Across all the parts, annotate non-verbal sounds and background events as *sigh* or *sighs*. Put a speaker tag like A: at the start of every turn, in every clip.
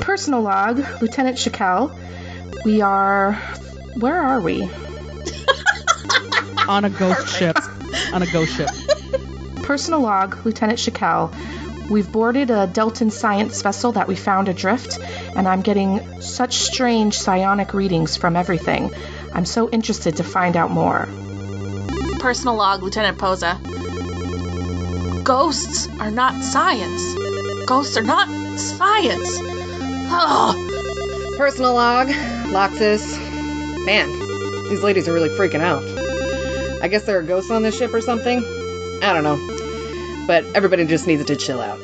A: personal log, Lieutenant Shakel. We are. Where are we?
B: on a ghost ship. On a ghost ship.
A: Personal log, Lieutenant Shakel. We've boarded a Delton science vessel that we found adrift, and I'm getting such strange psionic readings from everything. I'm so interested to find out more.
C: Personal log, Lieutenant Posa. Ghosts are not science. Ghosts are not science. Ugh.
D: Personal log, Loxus. Man, these ladies are really freaking out. I guess there are ghosts on this ship or something. I don't know. But everybody just needs to chill out.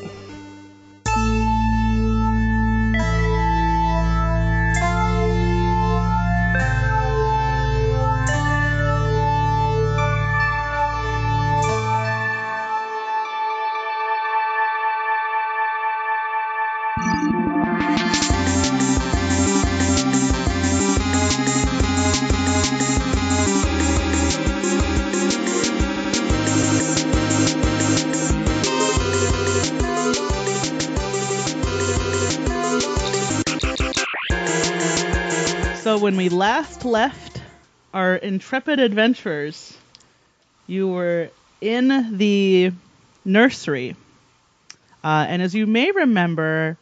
B: So when we last left our intrepid adventurers, you were in the nursery, uh, and as you may remember,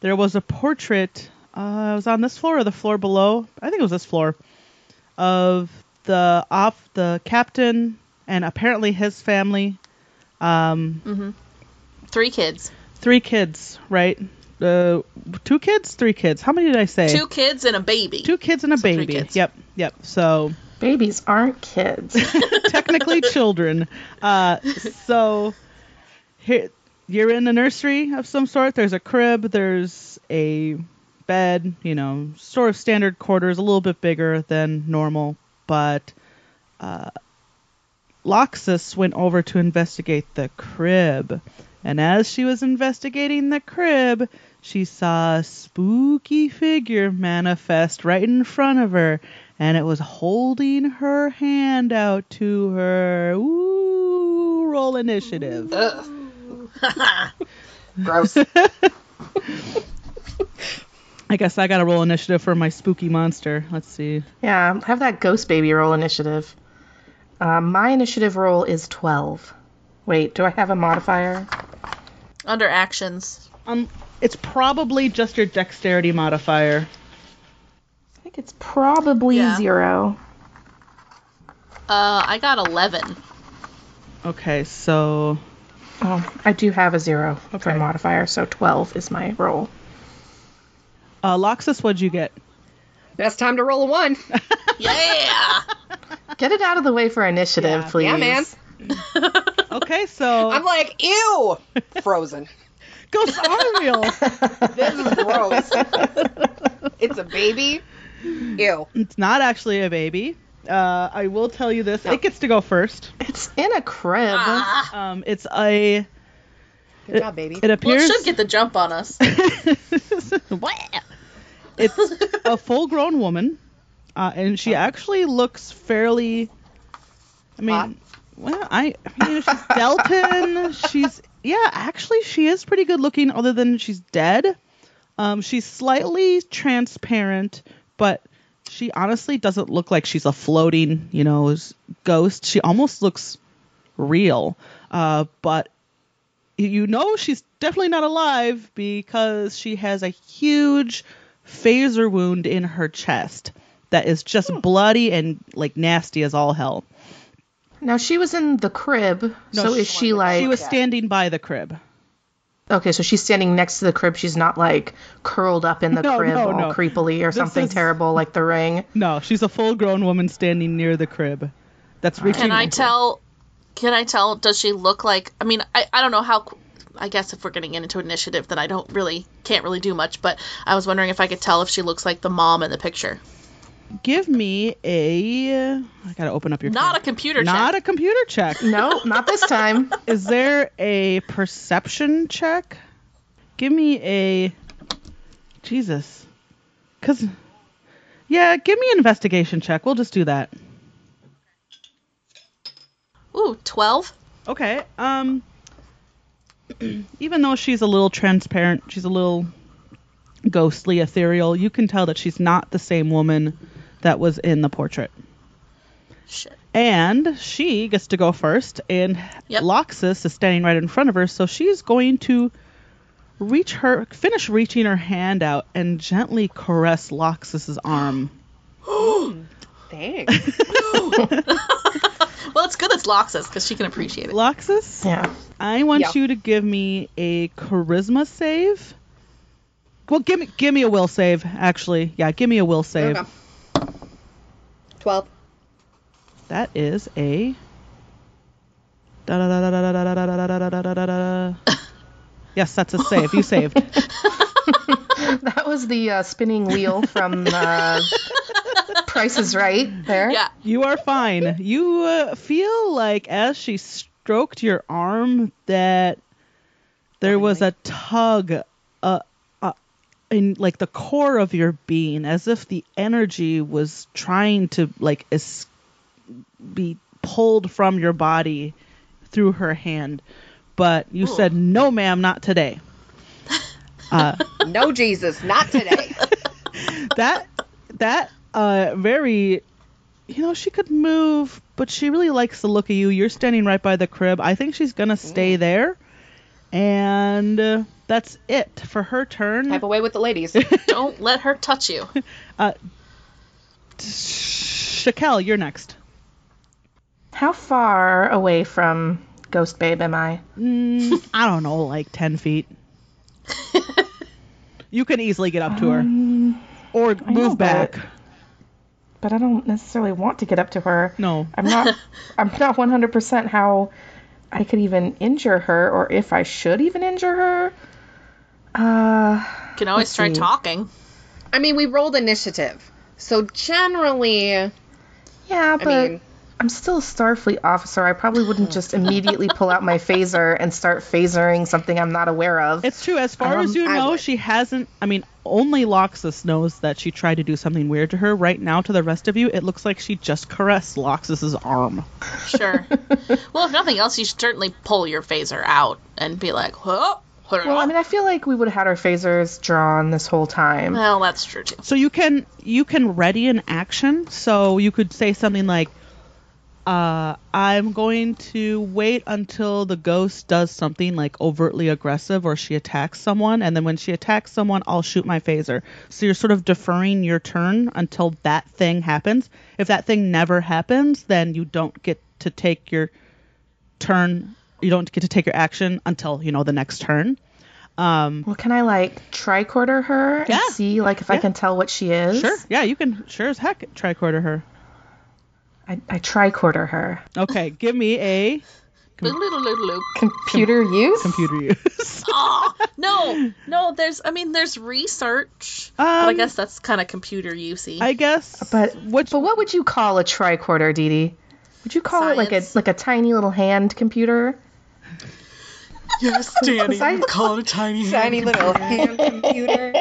B: there was a portrait. Uh, it was on this floor or the floor below. I think it was this floor of the off the captain and apparently his family. Um,
C: Three kids.
B: three kids, right? Uh, two kids, three kids. How many did I say?
C: Two kids and a baby.
B: Two kids and a
C: So three
B: baby.
C: kids.
B: Yep, yep. So
A: Babies aren't kids.
B: technically
C: *laughs*
B: children. Uh, so here, you're in a nursery of some sort. There's a crib. There's a bed. You know, sort of standard quarters, a little bit bigger than normal. But uh, Loxus went over to investigate the crib, and as she was investigating the crib. She saw a spooky figure manifest right in front of her, and it was holding her hand out to her. Ooh, roll initiative.
D: Gross.
B: I guess I gotta roll initiative for my spooky monster. Let's see.
A: yeah, have that ghost baby roll initiative. Uh, my initiative roll is 12. Wait, do I have a modifier?
C: Under actions.
B: Um, it's probably just your dexterity modifier.
A: I think it's probably
C: Yeah.
A: zero.
C: Uh, I got 11.
B: Okay, so
A: Oh, I do have a zero for
B: Okay.
A: a modifier, so 12 is my roll.
B: uh, Loxus, what'd you get?
D: *laughs* Best time to roll a one.
C: Yeah!
A: Get it out of the way for initiative, please.
D: Yeah, man.
B: Okay, so
D: *laughs* I'm like, ew! Frozen.
B: ghosts are real.
D: *laughs* This is gross. it's a baby. Ew.
B: *laughs* it's not actually a baby. Uh, I will tell you this. It gets to go first.
A: It's in a crib.
B: Um, it's a.
D: Good job, baby.
B: It
D: *laughs*
C: Well,
B: appears.
C: it should get the jump on us.
B: *laughs* it's a full grown woman, uh, and she actually looks fairly. I mean,
D: Hot?
B: well, I, I mean, she's Delton. she's yeah, actually, she is pretty good looking. Other than she's dead, um, she's slightly transparent, but she honestly doesn't look like she's a floating, you know, s- ghost. She almost looks real, uh, but you know she's definitely not alive because she has a huge phaser wound in her chest that is just
C: Hmm.
B: bloody and like nasty as all hell.
A: Now she was in the crib,
B: No,
A: so
B: she
A: is she like
B: She was standing by the crib.
A: Okay, so she's standing next to the crib. She's not like curled up in the
B: *laughs* No,
A: crib
B: no,
A: all
B: no.
A: creepily or something
B: is-
A: terrible like the
B: *laughs*
A: ring.
B: No, she's a full-grown woman standing near the crib. That's reaching.
C: Can I tell? Can I tell? Does she look like? I mean, I, I don't know how. I guess if we're getting into initiative, then I don't really can't really do much. But I was wondering if I could tell if she looks like the mom in the picture.
B: Give me a. I gotta open up your.
C: Not a
B: computer.
C: computer
B: Not
C: check.
B: a computer check.
C: *laughs*
A: No, *laughs* not this time.
B: Is there a perception check? Give me a Jesus. Cuz Yeah, give me an investigation check. We'll just do that.
C: Ooh, twelve.
B: Okay. *clears throat* Um even though she's a little transparent, she's a little ghostly, ethereal, you can tell that she's not the same woman that was in the portrait.
C: Shit.
B: And she gets to go first, and
C: Yep.
B: Loxus is standing right in front of her, so she's going to reach her, finish reaching her hand out, and gently caress Loxus's arm.
D: Thanks.
C: Well, it's good it's Loxus because she can appreciate it.
B: Loxus, *laughs*
A: Yeah.
B: I want
D: Yeah.
B: you to give me a charisma save. Well, give me give me a will save. Actually, yeah, give me a will save.
D: Okay. 12.
B: That is a. Da da da da da da da da da da da da da da da da. Yes, that's a save. You saved.
A: That was the uh, spinning wheel from uh,
B: *laughs*
A: Price is Right there.
C: Yeah.
B: You are fine. You uh, feel like as she stroked your arm that there was a tug uh, uh, in like the core of your being as if the energy was trying to like es- be pulled from your body through her hand. But you said, "No, ma'am, not today."
D: No, Jesus, not today.
B: that that uh very you know she could move but she really likes the look of you you're standing right by the crib i think she's gonna stay there and uh, that's it for her turn
D: *laughs* Type away with the ladies.
C: Don't let her touch you.
B: shakel Uh, you're next
A: How far away from Ghost Babe am I?
B: Mm, i don't know like 10 feet you can easily get up to her or move
A: know, but-
B: back
A: But I don't necessarily want to get up to her.
B: no
A: I'm not. I'm not 100% how I could even injure her, or if I should even injure her. Uh,
C: You can always try
A: see.
C: talking.
D: I mean, we rolled initiative. So generally,
A: yeah, but I
D: mean-
A: am still a Starfleet officer. I probably wouldn't just immediately pull out my phaser and start phasering something I'm not aware of.
B: It's true. As far as you
D: Um, I
B: know,
D: would.
B: she hasn't. I mean, only Loxus knows that she tried to do something weird to her. Right now, to the rest of you, it looks like she just caressed Loxus's arm.
C: Sure. well, if nothing else, you should certainly pull your phaser out and be like, huh?
A: well, I mean, I feel like we would have had our phasers drawn this whole time.
C: well, that's true too.
B: So you can you can ready an action. So you could say something like, uh, "I'm going to wait until the ghost does something like overtly aggressive, or she attacks someone, and then when she attacks someone, I'll shoot my phaser." So you're sort of deferring your turn until that thing happens. If that thing never happens, then you don't get to take your turn. You don't get to take your action until you know the next turn.
A: Well, can I like tricorder her
B: Yeah.
A: and see like if I can tell what she is?
B: Sure. Yeah, you can. Sure as heck, tricorder her.
A: I, I tricorder her.
B: Okay, give me a
A: Computer use.
B: computer use.
C: oh, no, no, there's, I mean, there's research. but I
B: Um,
C: guess that's kind of computer usey.
B: I guess.
A: But
B: which
A: but what would you call a tricorder, Dee Dee? Would you call it like a
C: Science.
A: like a tiny little hand computer? *laughs*
C: yes, Danny,
A: I- you
C: call it a tiny
D: tiny little *laughs* hand computer.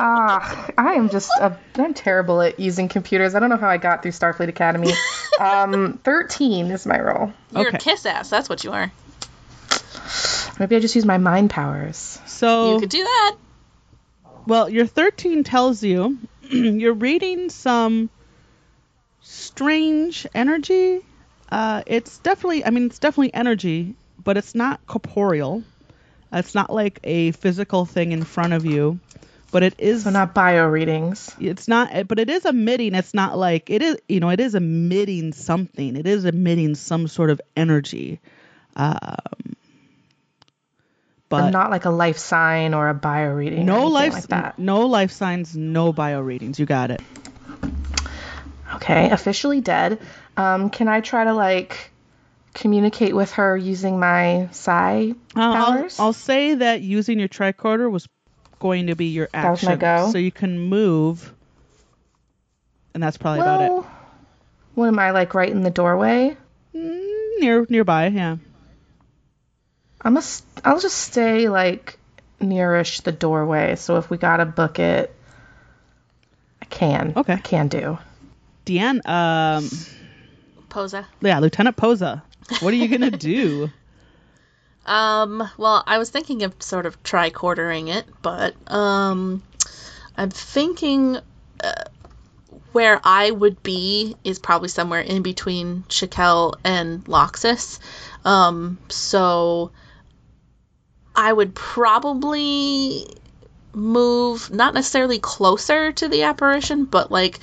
A: Ah, I am just a, I'm terrible at using computers. I don't know how I got through Starfleet
C: *laughs*
A: Academy. Um, thirteen is my roll.
C: You're
B: Okay.
C: a kiss ass. That's what you are.
A: Maybe I just use my mind powers.
C: You
B: so
C: could do that.
B: well, your thirteen tells you *clears throat* you're reading some strange energy. Uh, it's definitely, I mean, it's definitely energy, but it's not corporeal. It's not like a physical thing in front of you, but it is
A: So not bio readings.
B: it's not but it is emitting it's not like it is you know it is emitting something it is emitting some sort of energy um but
A: But not like a life sign or a bio reading.
B: no
A: or
B: life
A: anything like that.
B: no life signs no bio readings you got it
A: Okay, officially dead. Um, can I try to like communicate with her using my psi
B: I'll- I'll,
A: powers?
B: I'll say that using your tricorder was going to be your
A: was
B: action
A: my go.
B: so you can move and that's probably about
A: well, what am I like right in the doorway?
B: it Mm, near nearby yeah
A: I'm a, s- I'll just stay like nearish the doorway. So if we gotta book it, I can.
B: Okay.
A: I can do. *laughs*
B: Deanne um
C: Posa.
A: *laughs*
B: yeah Lieutenant Posa what are you gonna do
C: Um, well, I was thinking of sort of tricordering it, but um, I'm thinking uh, where I would be is probably somewhere in between Shakel and Loxus. Um, so I would probably move not necessarily closer to the apparition, but like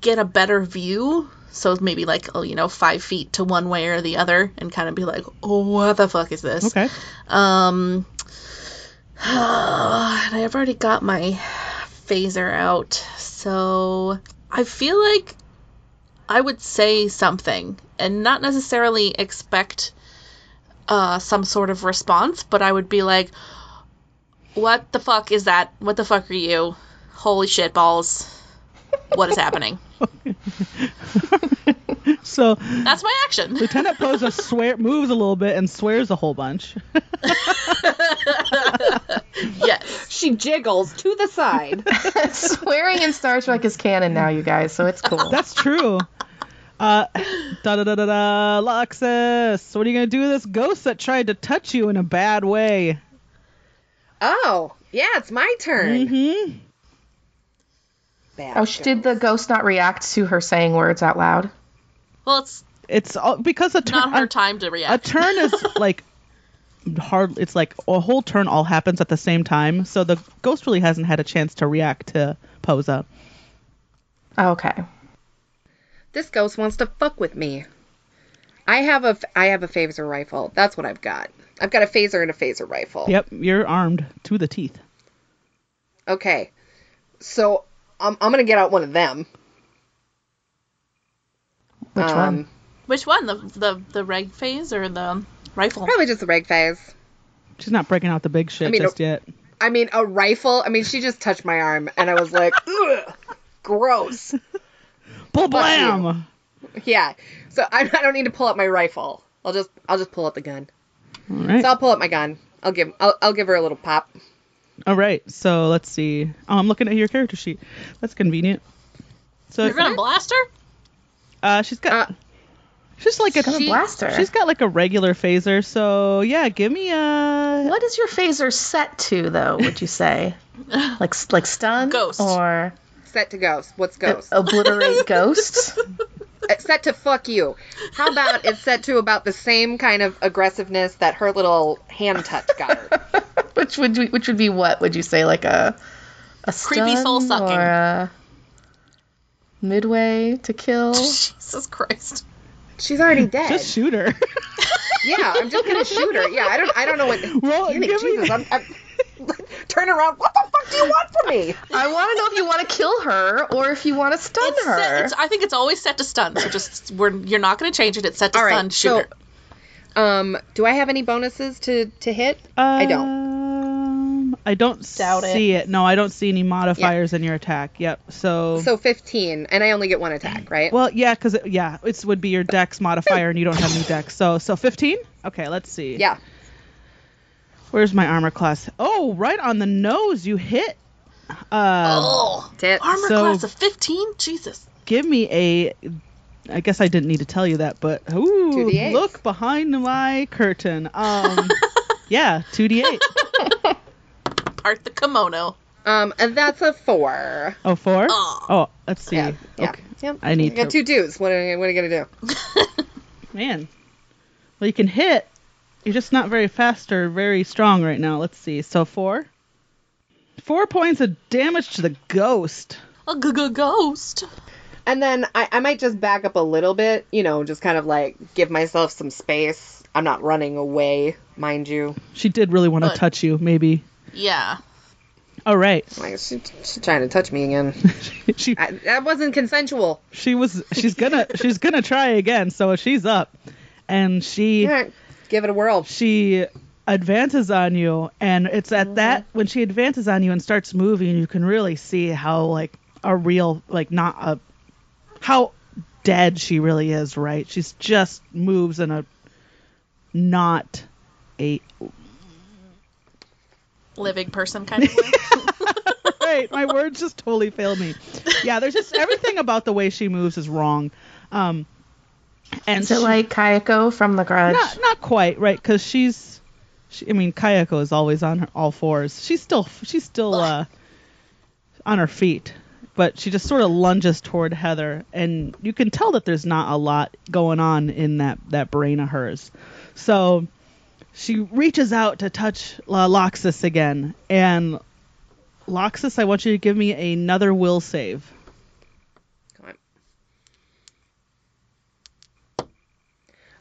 C: get a better view. So maybe like oh, you know, five feet to one way or the other, and kind of be like, oh, what the fuck is this?
B: Okay.
C: Um, *sighs* and I've already got my phaser out, so I feel like I would say something and not necessarily expect uh, some sort of response, but I would be like, "What the fuck is that? What the fuck are you? Holy shit balls! What is happening?"
B: So
C: That's my
B: *laughs*
C: action.
B: Lieutenant Posa swear moves a little bit and swears a whole bunch.
C: yes.
D: She jiggles to the side.
A: Swearing in Star Trek is canon now, you guys, so it's cool.
B: *laughs* That's true. Uh, da da da da da. Luxus, what are you gonna do with this ghost that tried to touch you in a bad way?
D: *laughs* oh, yeah, it's my turn.
B: Hmm.
D: Bad
A: Oh, she did
D: girl.
A: the ghost not react to her saying words out loud?
C: Well, it's
B: It's all, because a turn.
C: not
B: *laughs*
C: her
B: a-
C: time to
B: a
C: react.
B: turn
C: *laughs*
B: is like hard. It's like a whole turn all happens at the same time. So the ghost really hasn't had a chance to react to Posa.
A: Oh, Okay.
D: This ghost wants to fuck with me. I have a f- I have a phaser rifle. That's what I've got. I've got a phaser and a phaser rifle.
B: Yep, you're armed to the teeth.
D: Okay. So I'm I'm gonna get out one of them.
A: Which
D: Um,
A: one?
C: Which one? The the the reg phase or the rifle?
D: Probably just a rag phase.
B: She's not breaking out the big shit
D: I mean,
B: just
D: no-
B: yet.
D: I mean, a rifle. I mean, she just touched my arm, and I
A: *laughs*
D: was like, Ugh, gross.
B: Blah
D: you.
B: blam.
D: Yeah. So I, I don't need to pull out my rifle. I'll just I'll just pull out the gun.
B: All right.
D: So I'll pull out my gun. I'll give I'll, I'll give her a little pop.
B: All right. So let's see. Oh, I'm looking at your character sheet. That's convenient. So
C: You're gonna blast her?
B: uh, she's got
D: Uh,
B: she's like
A: Got
B: a
A: a
D: She-
A: blaster.
B: she's got like a regular phaser. So yeah, give me uh, a
A: What is your phaser set to, though? Would you say, like like stun,
C: Ghost.
A: or
D: Set to ghost. What's ghost?
A: obliterate ghosts?
D: It's set to fuck you. How about it's set to about the same kind of aggressiveness that her little hand touch got her?
A: *laughs* Which would we- which would be what? Would you say like a a
C: Creepy
A: stun
C: soul sucking.
A: or a midway to kill?
C: *laughs* Jesus Christ.
D: She's already dead.
B: just shoot her.
D: yeah, I'm just gonna shoot her. Yeah, I don't I don't know what.
B: *laughs* Roll.
D: Damn it,
B: give me
D: Jesus, I'm, I'm, *laughs* turn around. What the fuck do you want from me?
A: I want to know if you want to kill her or if you want to stun
C: It's
A: her.
C: set- it's- I think it's always set to stun. So just we're you're not going to change it. It's set to
D: All right,
C: stun. Shoot
D: so-
C: her.
D: Um, do I have any bonuses to to hit? I don't.
B: Um, I don't
C: Doubt it.
B: see it. No, I don't see any modifiers in your attack. Yep. So,
D: So 15, and I only get one attack, right?
B: Oh. well, yeah, because it, yeah, it would be your dex modifier, and you don't have any dex. So, so 15. Okay, let's see.
D: yeah.
B: Where's my armor class? Oh, right on the nose. You hit. Uh,
C: Oh,
D: Tit.
C: armor
B: so-
C: class of 15? Jesus.
B: give me a. I guess I didn't need to tell you that, but ooh,
D: 2d8.
B: look behind my curtain. Um, yeah,
D: *laughs*
B: 2d8.
C: Part the kimono. *laughs*
D: Um, and that's a four.
B: Oh, four.
C: Oh.
B: Oh, let's see.
D: Yeah. Yeah.
B: Okay.
D: Yep.
B: I need
D: I got
B: to-
D: two dudes. What am I, what am I gonna do?
B: Oh, Man. Well, you can hit. You're just not very fast or very strong right now. Let's see. So four. Four points of damage to the ghost.
C: A g- g- ghost.
D: And then I, I might just back up a little bit, you know, just kind of like give myself some space. I'm not running away, mind you.
B: She did really want to
C: But-
B: touch you, maybe.
C: Yeah.
B: All right. *laughs*
D: Like she, she's trying to touch me again.
B: she
D: I, that wasn't consensual.
B: she was she's gonna she's gonna try again. So she's up, and she
D: All right, give it a whirl.
B: she advances on you and it's
A: Mm-hmm.
B: at that when she advances on you and starts moving you can really see how like a real like not a how dead she really is right she's just moves in a not a
C: Living person kind
B: *laughs*
C: of way.
B: right
A: *laughs*
B: my words just totally failed me yeah there's just everything about the way she moves is wrong um And
A: Is it
B: she-
A: like Kayako from The Grudge? *laughs*
B: not not quite right because she's, she, I mean, Kayako is always on her, all fours. She's still she's still uh, on her feet, but she just sort of lunges toward Heather, and you can tell that there's not a lot going on in that that brain of hers. So she reaches out to touch uh, Loxus again, and Loxus, I want you to give me another will save.
D: Come on.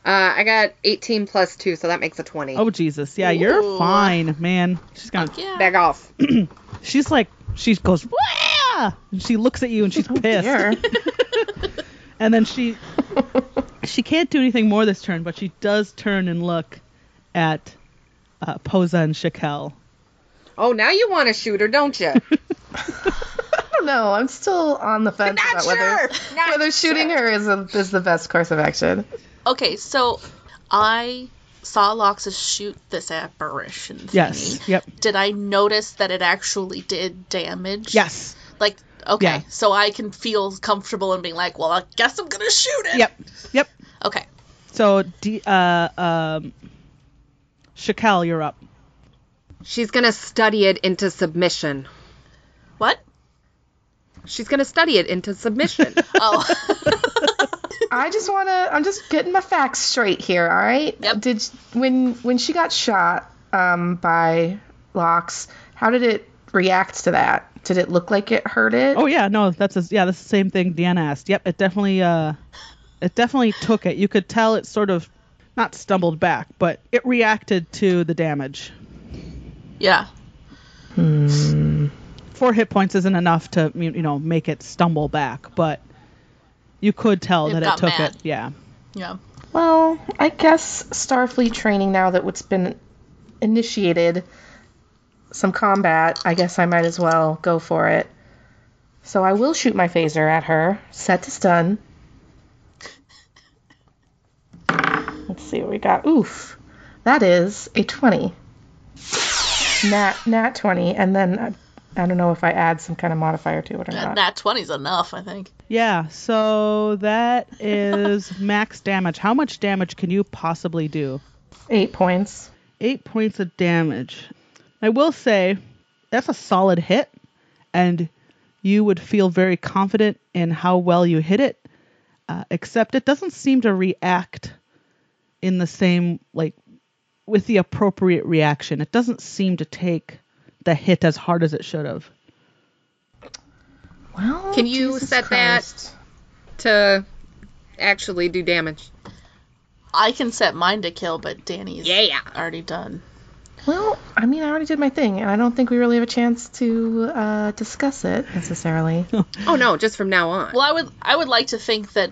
D: Uh, I got 18 plus 2, so that makes a 20.
B: Oh Jesus, yeah, you're
C: Ooh.
B: fine, man. She's gonna
C: Yeah.
D: Back off.
B: She's like, she goes, Wah! and she looks at you and *laughs* she's pissed.
A: Here.
B: *laughs* and then she, she can't do anything more this turn, but she does turn and look at uh, Posa and Shakel.
D: Oh, now you want to shoot her, don't you?
A: I don't know. I'm still on the fence
D: Not
A: about
D: sure.
A: whether
D: Not
A: whether shooting her is a, is the best course of action.
C: Okay, so I saw Loxus shoot this apparition thingy.
B: Yes. Yep.
C: Did I notice that it actually did damage?
B: Yes.
C: Like, okay,
B: Yeah.
C: so I can feel comfortable and being like, well, I guess I'm gonna shoot it.
B: Yep. Yep.
C: Okay.
B: So, D, uh, um, Shakel, you're up.
D: She's going to study it into submission.
C: What?
D: She's going to study it into submission.
C: Oh,
A: I just want to. I'm just getting my facts straight here. All right.
C: Yep.
A: Did when when she got shot um, by Locks, how did it react to that? Did it look like it hurt it?
B: Oh yeah, no, that's a, yeah, that's the same thing Deanna asked. Yep, it definitely uh, it definitely took it. You could tell it sort of not stumbled back, but it reacted to the damage.
C: yeah.
B: Four hit points isn't enough to you you know make it stumble back, but you could tell
C: It
B: that it
C: got
B: took
C: mad.
B: it. Yeah,
C: Yeah.
A: Well, I guess Starfleet training now that what's been initiated some combat, I guess I might as well go for it. So I will shoot my phaser at her, set to stun. Let's see what we got. Oof. That is a 20. Nat, nat 20. And then I, I don't know if I add some kind of modifier to it or not.
C: That Nat 20's enough, I think.
B: yeah. So that is *laughs* max damage. How much damage can you possibly do?
A: Eight points.
B: eight points of damage. I will say that's a solid hit, and you would feel very confident in how well you hit it. Uh, except it doesn't seem to react in the same like with the appropriate reaction. It doesn't seem to take the hit as hard as it should have.
A: Well,
D: Can you
A: Jesus
D: set that-
A: Christ.
D: to actually do damage.
C: I can set mine to kill, but Danny's
D: Yeah.
C: already done.
A: Well, I mean, I already did my thing, and I don't think we really have a chance to uh, discuss it necessarily.
B: Hmm.
D: Oh, no, just from now on.
C: Well, I would I would like to think that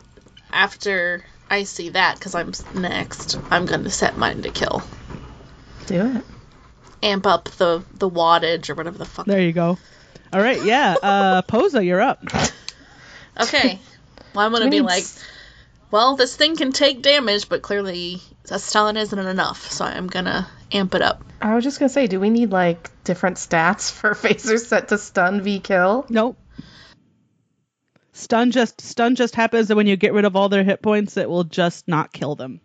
C: after I see that, because I'm s- next, I'm gonna set mine to kill.
A: Do it.
C: Amp up the the wattage or whatever the fuck.
B: There you go. All right, yeah. Uh, Posa, you're up.
C: Okay. Well, I'm gonna
A: We
C: be
A: need
C: like,
A: s-
C: well, this thing can take damage, but clearly a stun isn't enough, so I'm gonna amp it up.
A: I was just gonna say, do we need like different stats for *laughs* phaser set to stun v kill?
B: Nope. Stun just stun just happens that when you get rid of all their hit points, it will just not kill them.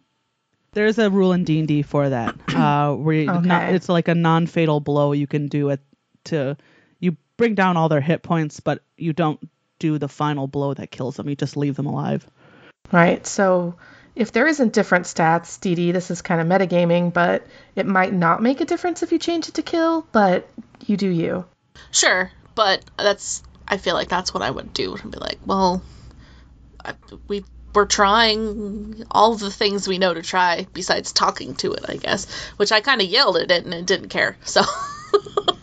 B: There's a rule in D and D for that, *clears throat* uh, where you not,
A: Okay.
B: it's like a non-fatal blow you can do it to. You bring down all their hit points, but you don't do the final blow that kills them. You just leave them alive.
A: Right. So if there isn't different stats, DD, this is kind of metagaming, but it might not make a difference if you change it to kill. But you do you.
C: Sure, but that's I feel like that's what I would do. And be like, well, I, we we're trying all the things we know to try besides talking to it, I guess. Which I kind of yelled at it and it didn't care. So, *laughs*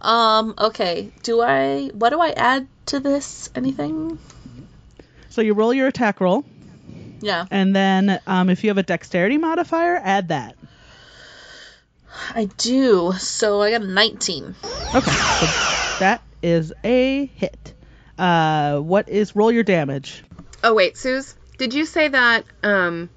C: um, okay. Do I? What do I add to this? Anything?
B: So you roll your attack roll,
C: Yeah,
B: and then um, if you have a dexterity modifier, add that.
C: I do. So I got a 19.
B: Okay, so that is a hit. Uh, what is roll your damage?
D: Oh wait, Suze, did you say that um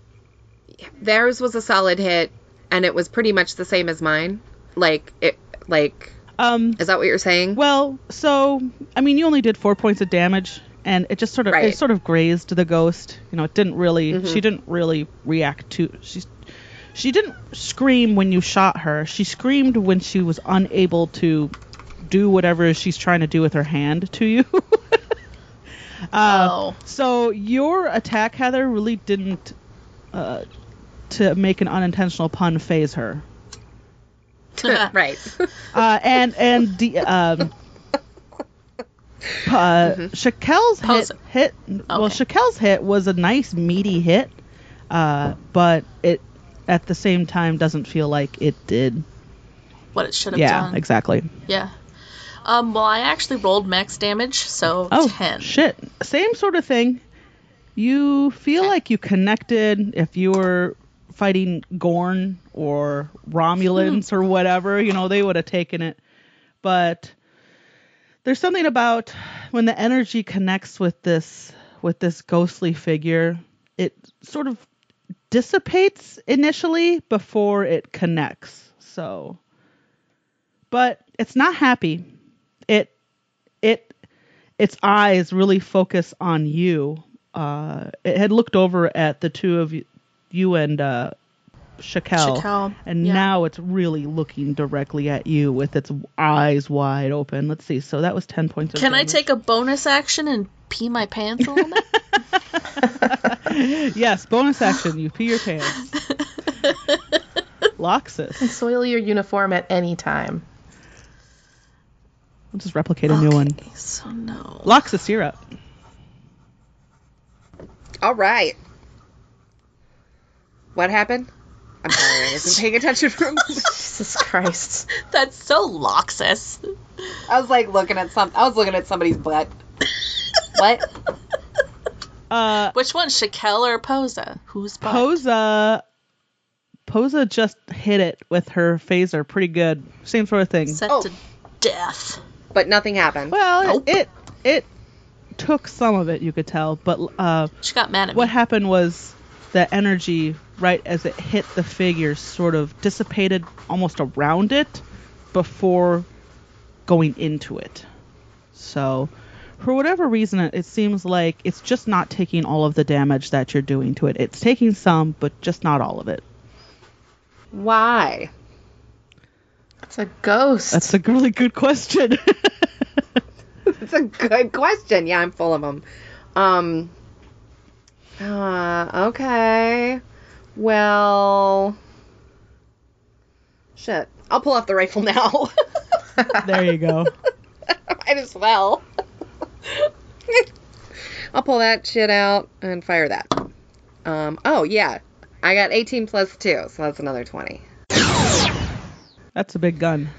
D: theirs was a solid hit and it was pretty much the same as mine? Like it like
B: Um,
D: *laughs* is that what you're saying?
B: Well, so I mean, you only did four points of damage and it just sort of
D: Right.
B: it sort of grazed the ghost. You know, it didn't really she didn't really react to she she didn't scream when you shot her. She screamed when she was unable to do whatever she's trying to do with her hand to you. *laughs* Uh,
C: Oh.
B: So your attack, Heather, really didn't, uh, to make an unintentional pun, phase her.
D: right. *laughs*
B: Uh, and and the um, uh, Shakel's hit,
C: Pose-
B: hit well,
C: Okay.
B: Shakel's hit was a nice meaty hit, uh, but it at the same time doesn't feel like it did.
C: *laughs* What it should have
B: yeah,
C: done.
B: exactly.
C: Yeah. Um, well, I actually rolled max damage, so
B: Oh
C: 10.
B: shit! Same sort of thing. You feel like you connected if you were fighting Gorn or Romulans or whatever. You know they would have taken it, but there's something about when the energy connects with this with this ghostly figure. It sort of dissipates initially before it connects. So, but it's not happy. It it its eyes really focus on you. Uh, it had looked over at the two of you, you and uh, Shakel,
C: Shakel,
B: and
C: yeah.
B: now it's really looking directly at you with its eyes wide open. Let's see. So that was ten points. Of
C: Can I
B: damage.
C: take *laughs* a bonus action and pee my pants a little bit?
B: *laughs* Yes, bonus action. You pee your pants. *laughs* Loxus.
A: Soil your uniform at any time.
B: I'll just replicate a new one.
C: so no.
B: Loxus, you're up.
D: All right. What happened? I'm sorry, I wasn't paying attention for a moment.
A: Jesus *laughs* Christ.
C: That's so Loxus.
D: *laughs* I was like looking at some. I was looking at somebody's butt. What?
B: Uh,
C: Which one, Shakel or Posa? Who's butt?
B: Posa. Posa just hit it with her phaser pretty good. Same sort of thing.
C: Set
D: Oh.
C: to death.
D: But nothing happened.
B: well,
C: Nope.
B: it, it it took some of it, you could tell, but uh,
C: She got mad at
B: what
C: me.
B: happened was the energy right as it hit the figure sort of dissipated almost around it before going into it so for whatever reason it it seems like it's just not taking all of the damage that you're doing to it it's taking some but just not all of it
D: Why?
A: It's a ghost.
B: that's a really good question *laughs*
D: *laughs* That's a good question. Yeah, I'm full of them. Um. Uh, okay. Well. Shit. I'll pull off the rifle *laughs* now.
B: there you go
D: *laughs* Might as well. *laughs* I'll pull that shit out and fire that. Um. Oh yeah. I got 18 plus two, so that's another 20.
B: that's a big gun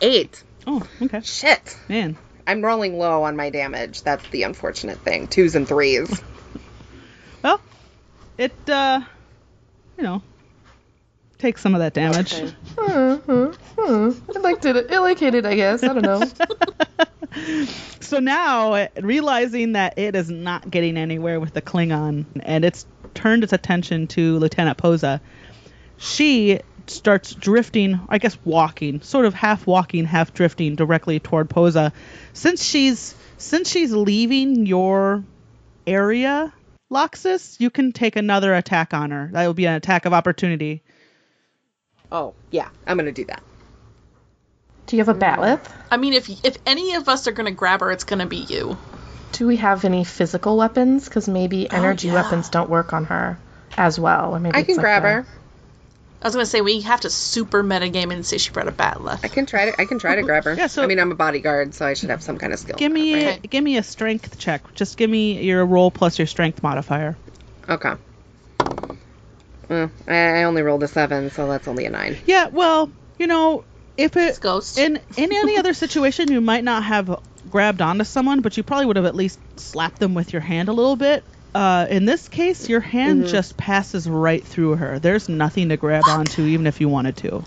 D: Eight.
B: oh okay
D: Shit.
B: man
D: I'm rolling low on my damage. That's the unfortunate thing. Twos and threes.
B: Well, it uh, you know, takes some of that damage.
A: Hmm, hmm, hmm. I liked it. I like it, I guess. I don't
B: *laughs*
A: know.
B: So now, uh, realizing that it is not getting anywhere with the Klingon, and it's turned its attention to Lieutenant Posa, she starts drifting, I guess walking, sort of half walking, half drifting directly toward Posa. Since she's since she's leaving your area, Loxus, you can take another attack on her. That will be an attack of opportunity.
D: Oh yeah. I'm gonna do that.
A: Do you have a batleth?
C: I mean, if if any of us are gonna grab her, it's gonna be you.
A: Do we have any physical weapons? Because maybe energy
C: yeah.
A: weapons don't work on her as well. Or maybe
D: Oh, I
A: it's
D: can
A: like
D: grab
A: a-
D: her.
C: I was gonna say we have to super metagame and see she brought a bat left.
D: I can try to. I can try to grab *laughs* her.
B: Yeah, so-
D: I mean, I'm a bodyguard, so I should have some kind of skill.
B: Give me
C: Okay.
B: give me a strength check. Just give me your roll plus your strength modifier.
D: Okay. Well, I I only rolled a seven, so that's only a nine.
B: Yeah, well, you know, if it
C: ghost.
B: in in any other situation you might not have grabbed onto someone, but you probably would have at least slapped them with your hand a little bit. Uh, in this case, your hand just passes right through her. There's nothing to grab onto, even if you wanted to.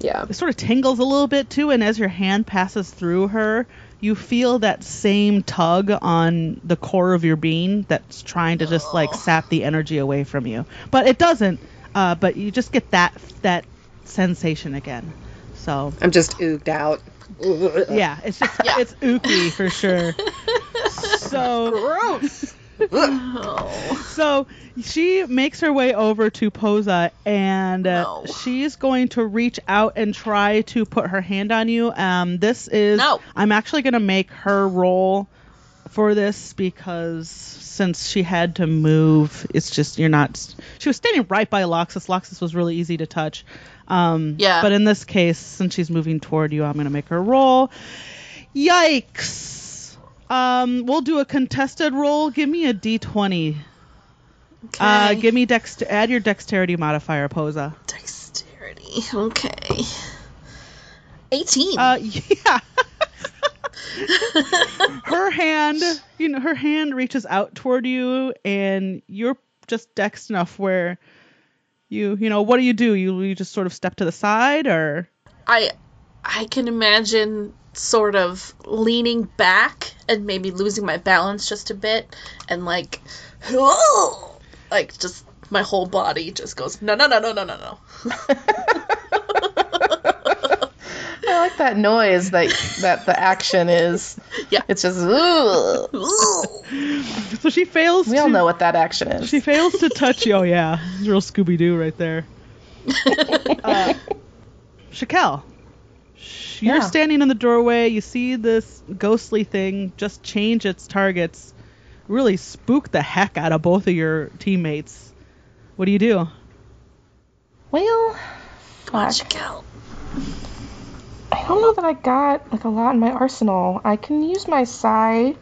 D: Yeah.
B: uh, It sort of tingles a little bit too, and as your hand passes through her, you feel that same tug on the core of your being that's trying to just like sap the energy away from you. But it doesn't. Uh, but you just get that that sensation again. So
D: I'm just ooged out. *laughs*
B: yeah, it's just
C: uh, Yeah.
B: it's ooky for
C: *laughs*
B: sure. so
D: Gross. Ugh.
C: Oh.
B: *laughs* so she makes her way over to Posa and uh,
C: No.
B: she is going to reach out and try to put her hand on you. Um, this is
C: No.
B: I'm actually gonna make her roll for this because since she had to move, it's just you're not. She was standing right by Loxus. Loxus was really easy to touch. Um,
C: Yeah.
B: But in this case, since she's moving toward you, I'm gonna make her roll. Yikes. Um, we'll do a contested roll. Give me a d20.
C: Okay.
B: Uh, give me dext. Add your dexterity modifier, Posa.
C: Dexterity. Okay. 18.
B: Uh, *laughs* yeah. her hand, you know, her hand reaches out toward you, and you're just dexed enough where you, you know, what do you do? You, you just sort of step to the side, or
C: I I can imagine sort of leaning back and maybe losing my balance just a bit and like *laughs* like just my whole body just goes no no no no no no no. *laughs*
A: *laughs* I like that noise that that the action is.
C: Yeah.
A: It's just ooh.
C: *laughs*
B: so she fails.
A: We all
B: to-
A: know what that action is. *laughs*
B: She fails to touch you. Oh yeah, it's real Scooby Doo right there. uh, Shakel, sh- you're
A: Yeah.
B: standing in the doorway. You see this ghostly thing just change its targets, really spook the heck out of both of your teammates. What do you do?
A: well,
C: Come on, Chikel.
A: I don't know that I got like a lot in my arsenal. I can use my psi.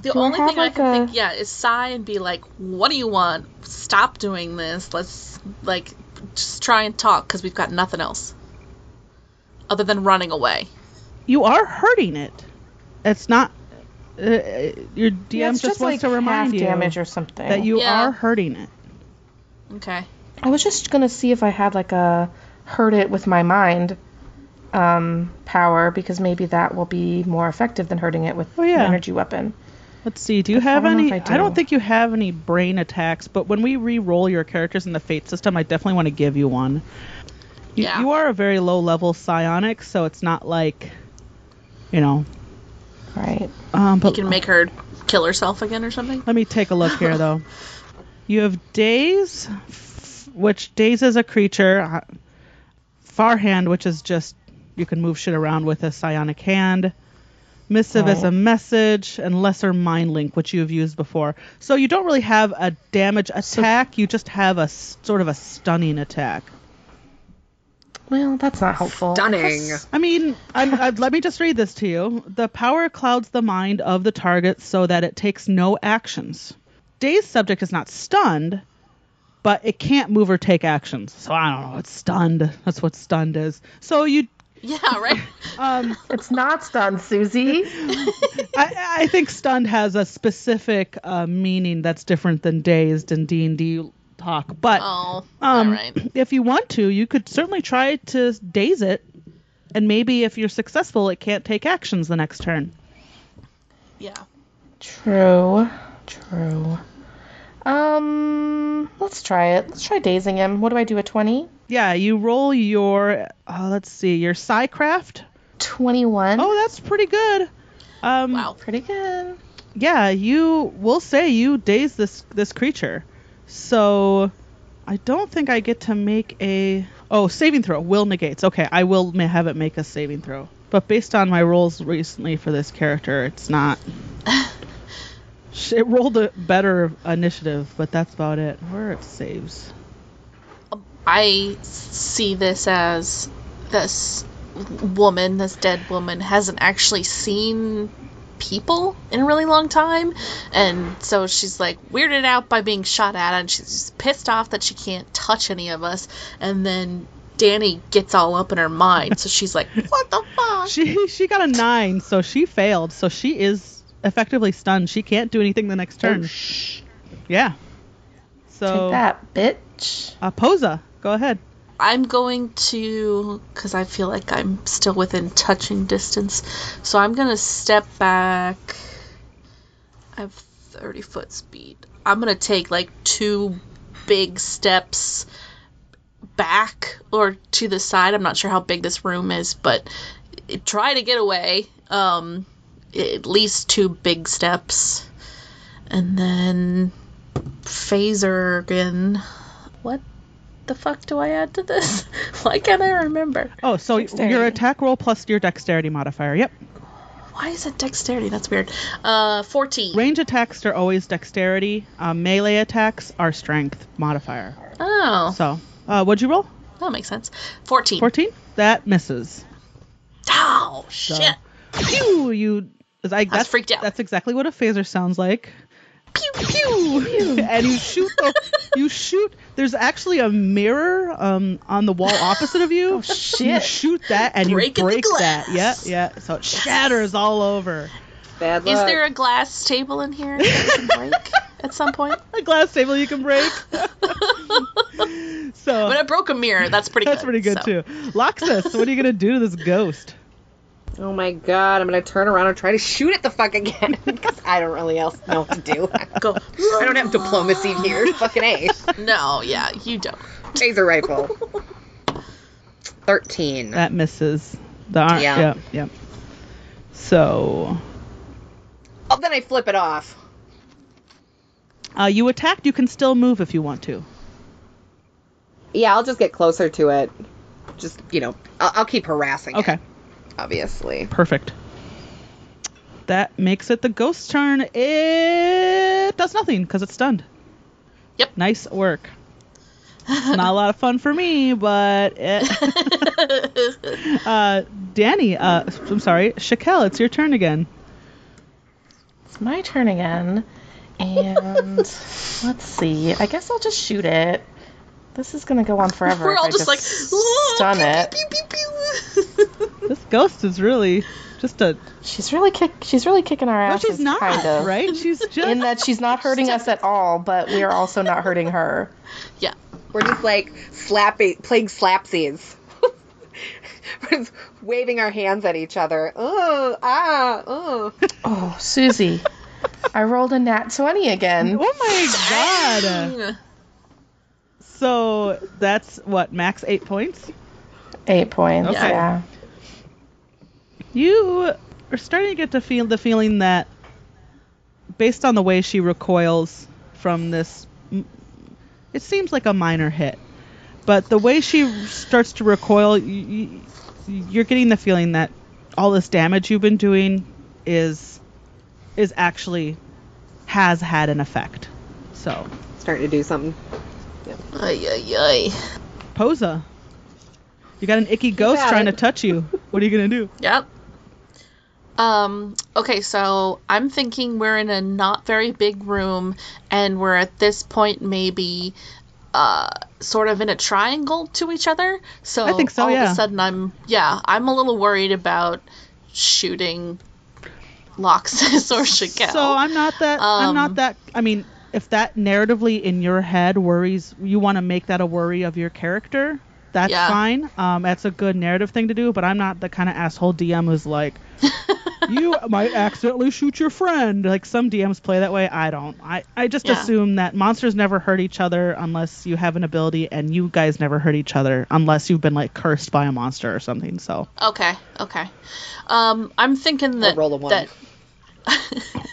C: The
A: Do I
C: only
A: have,
C: thing I
A: like,
C: can
A: a-
C: think, yeah, is sigh and be like, "What do you want? Stop doing this. Let's like just try and talk because we've got nothing else other than running away."
B: You are hurting it. It's not. Uh, uh, your DM
A: Yeah, it's
B: just, wants to remind
A: half
B: you
A: damage or something.
B: that you
C: Yeah.
B: are hurting it.
C: Okay.
A: I was just gonna see if I had like a hurt it with my mind um, power because maybe that will be more effective than hurting it with
B: Oh, yeah.
A: an energy weapon.
B: Let's see. Do you have
A: don't know
B: any?
A: if I do.
B: don't think you have any brain attacks, but when we re-roll your characters in the fate system, I definitely want to give you one. You,
C: Yeah.
B: you are a very low-level psionic, so it's not like, you know.
A: Right.
B: Um,
C: You
B: but
C: can make her kill herself again or something. *laughs*
B: let me take a look here, though. You have days, f- which days is a creature. uh, Farhand, which is just you can move shit around with a psionic hand. Missive is a message, and lesser mind link, which you have used before. So you don't really have a damage attack. you just have a s- sort of a stunning attack.
A: Well, that's not helpful.
D: Stunning.
B: I mean, I'm, i let me just read this to you. The power clouds the mind of the target so that it takes no actions. Day's subject is not stunned, but it can't move or take actions. So I don't know. It's stunned. That's what stunned is. So you,
C: Yeah, right.
B: um,
A: It's not stunned, Susie.
B: I, I think stunned has a specific uh, meaning that's different than dazed and D and D talk. But
C: Oh,
B: Um,
C: all right.
B: if you want to, you could certainly try to daze it, and maybe if you're successful, it can't take actions the next turn.
C: Yeah.
A: True. True. Um, let's try it. Let's try dazing him. What do I do? A 20?
B: Yeah, you roll your uh, let's see, your Psycraft.
A: 21.
B: Oh, that's pretty good. Um,
C: Wow.
A: pretty good.
B: Yeah, you will say you daze this this creature. So, I don't think I get to make a oh saving throw. Will negates. Okay, I will ma- have it make a saving throw. But based on my rolls recently for this character, it's not. Sh- It rolled a better initiative, but that's about it. Where it saves.
C: I see this as this woman, this dead woman, hasn't actually seen people in a really long time. And so she's like weirded out by being shot at, and she's just pissed off that she can't touch any of us. And then Danny gets all up in her mind. So she's like, *laughs* What the
B: *laughs*
C: fuck?
B: She she got a nine, so she failed. So she is effectively stunned. She can't do anything the next turn.
A: Oh, shh.
B: yeah.
A: Take
B: So
A: that, bitch.
B: uh, Posa, go ahead.
C: I'm going to, because I feel like I'm still within touching distance, so I'm going to step back. I have 30 foot speed. I'm going to take like two big steps back or to the side. I'm not sure how big this room is, but it- try to get away. Um, at least two big steps. And then phaser again. What the fuck do I add to this? *laughs* Why can't I remember?
B: Oh, so your
A: Dexterity.
B: attack roll plus your dexterity modifier. Yep.
C: Why is it dexterity? That's weird. Uh, 14.
B: Range attacks are always dexterity. Uh, melee attacks are strength modifier.
C: Oh,
B: So, uh, what'd you roll?
C: that makes sense. 14.
B: 14? That misses.
C: Oh, shit.
B: Pew! You. is- I, that's,
C: freaked out.
B: That's exactly what a phaser sounds like.
C: Pew,
B: and you shoot the, you shoot there's actually a mirror um on the wall opposite of
C: *laughs*
B: you oh, shit. you shoot that and
C: Breaking
B: you
C: the
B: break that yeah
C: glass.
B: yeah so it shatters all over
D: Bad luck.
C: Is there a glass table in here that we can
B: *laughs*
C: break at some point?
B: a glass table you can break
C: *laughs*
B: so
C: But I broke a mirror. That's pretty
B: that's pretty
C: good.
B: good
C: so.
B: too loxus what are you gonna do to this ghost
D: oh my god, I'm gonna turn around and try to shoot at the fuck again *laughs* because I don't really else know what to *laughs* do.
C: Go.
D: I don't have diplomacy *laughs* here. Fucking A.
C: No, yeah, you don't.
A: *laughs*
D: Taser rifle. 13.
B: that misses the arm
D: Yeah.
B: yeah yeah so
D: oh, then I flip it off.
B: uh, you attacked you can still move if you want to
D: Yeah, I'll just get closer to it. Just, you know, I'll, I'll keep harassing it,
B: okay
D: obviously.
B: Perfect. That makes it the ghost's turn. It does nothing because it's stunned.
C: Yep.
B: Nice work. Not a lot of fun for me, but
C: *laughs*
B: it, uh, Danny, uh, I'm sorry, Shakel, it's your turn again.
A: It's my turn
B: *laughs*
A: again. And let's see. I guess I'll just shoot it. This is gonna go on forever.
C: *laughs* We're
A: if
C: all
A: I
C: just like,
A: stun it.
C: pew, pew, pew, pew. *laughs*
B: This ghost is really just a.
A: She's really kick. She's really kicking our
B: No,
A: asses.
B: she's not,
A: kind of.
B: right? She's just.
A: *laughs* In that she's not
B: *laughs*
A: hurting us at all, but we are also not hurting her.
C: yeah.
D: We're just like slapping, playing slapsies. *laughs* We're just waving our hands at each other. Oh, ah, oh.
A: Oh, Susie, I rolled a nat twenty again.
B: *laughs* oh my god!
A: *laughs*
C: Mm.
B: So that's what, max eight points?
A: Eight points.
B: Okay.
A: Yeah.
B: You are starting to get to feel the feeling that, based on the way she recoils from this, m- it seems like a minor hit, but the way she starts to recoil, you, you're getting the feeling that all this damage you've been doing is is actually has had an effect. So,
D: Starting to do something.
C: Ay, ay, ay.
B: Posa, you got an icky ghost
D: got
B: trying
D: it.
B: to touch you. What are you gonna do?
C: Yep. Um, okay, so I'm thinking we're in a not very big room, and we're at this point maybe uh, sort of in a triangle to each other. So,
B: I think so,
C: all of
B: yeah.
C: a sudden, I'm yeah, I'm a little worried about shooting Loxus *laughs* or Shakel.
B: So I'm not that. I'm
C: Um,
B: not that. I mean, if that narratively in your head worries, you want to make that a worry of your character. That's
C: Yeah.
B: fine. Um, that's a good narrative thing to do. But I'm not the kind of asshole DM who's
C: *laughs*
B: like, you might accidentally shoot your friend. Like some DMs play that way. I don't. I I just
C: Yeah.
B: assume that monsters never hurt each other unless you have an ability, and you guys never hurt each other unless you've been like cursed by a monster or something.
C: *laughs*
B: So
C: okay, okay. Um, I'm thinking that
D: roll a one.
C: that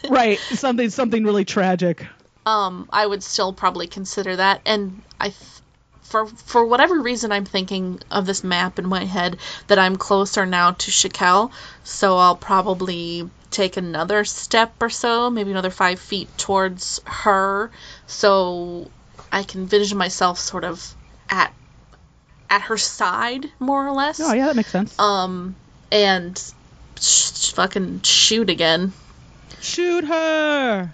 D: *laughs*
B: right, something something really tragic.
C: um, I would still probably consider that. And I, th- for for whatever reason, I'm thinking of this map in my head that I'm closer now to Shakel, so I'll probably take another step or so, maybe another five feet towards her, so I can envision myself sort of at at her side, more or less.
B: Oh yeah, that makes sense.
C: Um, and sh- fucking shoot again.
B: Shoot her.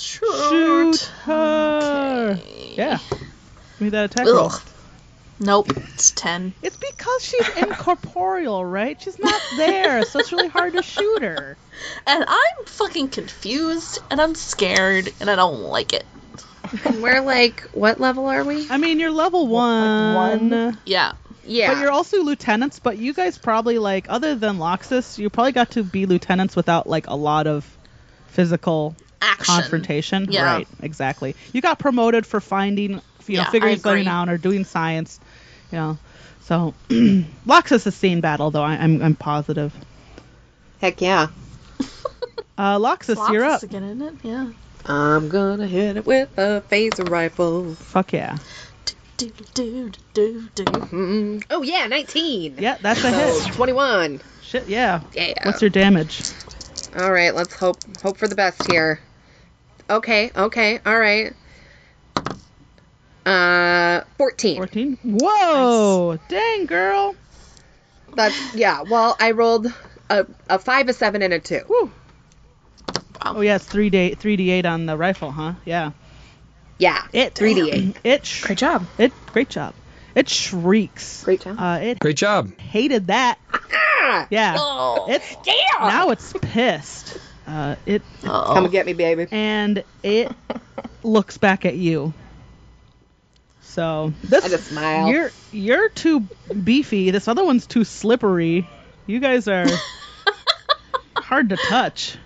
B: Shoot her. Yeah. Made that attack roll.
C: Ugh. Nope. It's ten.
B: It's because she's incorporeal, right? She's not there, so it's really hard to shoot her.
C: *laughs* And I'm fucking confused and I'm scared and I don't like it.
D: And *laughs* we're like, what level are we?
B: I mean, you're level one,
A: one?
C: Yeah.
D: Yeah.
B: but you're also lieutenants. But you guys probably like, other than Loxus, you probably got to be lieutenants without like a lot of physical
C: Action. *laughs*
B: confrontation.
C: Yeah.
B: Right. Exactly. You got promoted for finding, you know,
C: Yeah, I
B: figuring something
C: agree.
B: out or doing science. Yeah. So *clears throat* Locks a sustained battle, though I, I'm I'm positive.
D: Heck yeah.
B: Uh, Loxus, you're up.
C: Lots again, isn't it? Yeah.
D: I'm gonna hit it with a phaser rifle.
B: Fuck yeah.
C: Do, do, do, do, do.
D: Mm-mm. Oh yeah, 19.
B: Yeah, that's a
D: So,
B: hit.
D: 21.
B: Shit, yeah.
D: Yeah.
B: What's your damage?
D: All right, let's hope hope for the best here. Okay, okay, all right. Uh, 14.
B: 14. Whoa! Dang,
D: Oh.
B: girl.
D: That's yeah. Well, I rolled a, a five, a seven, and a two.
B: Woo. Oh yes, three d three d eight on the rifle, huh? Yeah.
D: Yeah,
B: It
D: three d eight.
B: *clears throat* It sh-
A: Great job.
B: it great job. It shrieks.
D: Great job.
B: Uh, it
E: Great job.
B: hated that.
D: Ah,
B: Yeah.
C: Oh.
B: It's
D: yeah.
B: now it's pissed. Uh, it
C: *laughs*
D: Come
C: Oh.
D: and get me, baby.
B: and
D: *laughs*
B: it looks back at you. So this
D: I just smile.
B: You're you're too beefy. This other one's too slippery. You guys
D: *laughs*
B: are hard to touch.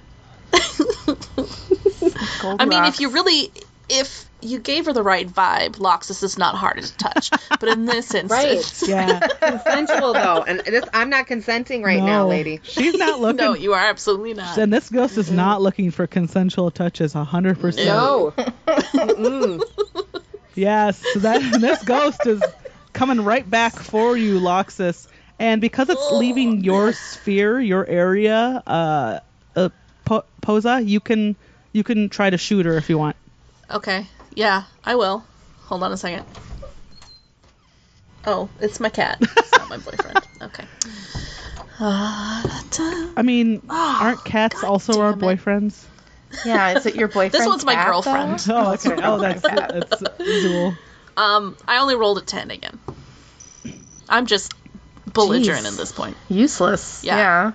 A: Gold
C: I mean, if
A: rocks.
C: you really, if you gave her the right vibe, Loxus is not hard to touch. but in
B: *laughs*
C: this instance,
B: Yeah.
D: Consensual though, and this, I'm not consenting right now,
B: No.
D: lady.
B: *laughs* She's not looking.
C: no, you are absolutely not.
B: and this ghost is not looking for consensual touches 100%.
D: No. Mm-mm.
B: Yes, that this ghost is coming right back for you, Loxus. And because it's leaving your sphere, your area, uh, uh po- Posa, you can you can try to shoot her if you want.
C: Okay. Yeah, I will. Hold on a second. Oh, it's my cat. It's not my *laughs* boyfriend. Okay. Ah, da, da.
B: I mean, aren't cats also our
C: damn it.
B: boyfriends?
A: yeah, is it
C: *laughs*
A: your boyfriend?
C: one's my girlfriend.
B: Oh, okay. Oh, that's
A: cat.
B: that's dual.
C: Um, I only rolled a ten again. I'm just belligerent
A: Jeez.
C: at this point.
A: Useless.
C: Yeah.
A: yeah.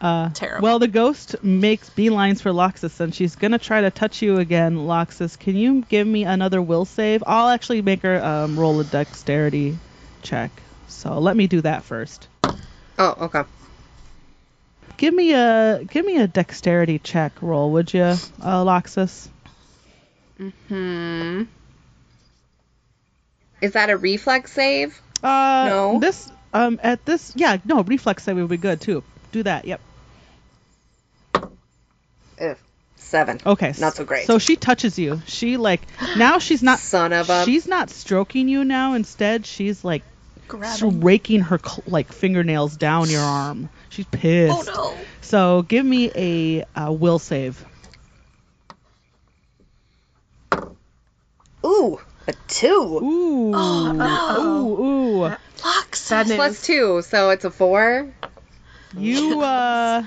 B: Uh,
C: Terrible.
B: well, the ghost makes beelines for Loxus, and she's gonna try to touch you again. Loxus, can you give me another will save? I'll actually make her um, roll a dexterity check. So let me do that first.
D: Oh, okay.
B: Give me a give me a dexterity check roll, would you, uh, Loxus?
D: Hmm. Is that a reflex save?
B: Uh,
D: No.
B: This um at this yeah no reflex save would be good too. Do that. Yep.
D: Ugh, seven.
B: Okay.
D: Not so great.
B: So she touches you. She like now she's not
D: *gasps* Son of a.
B: she's not stroking you now. Instead, she's like
C: Grab
B: She's raking her cl- like fingernails down your arm. She's pissed.
C: Oh no.
B: So give me a uh, will save.
D: Ooh, a two.
B: Ooh.
C: Oh,
B: Ooh. Ooh.
C: Loxus.
A: Bad news.
D: Plus two, so it's a four.
C: *laughs*
B: You uh.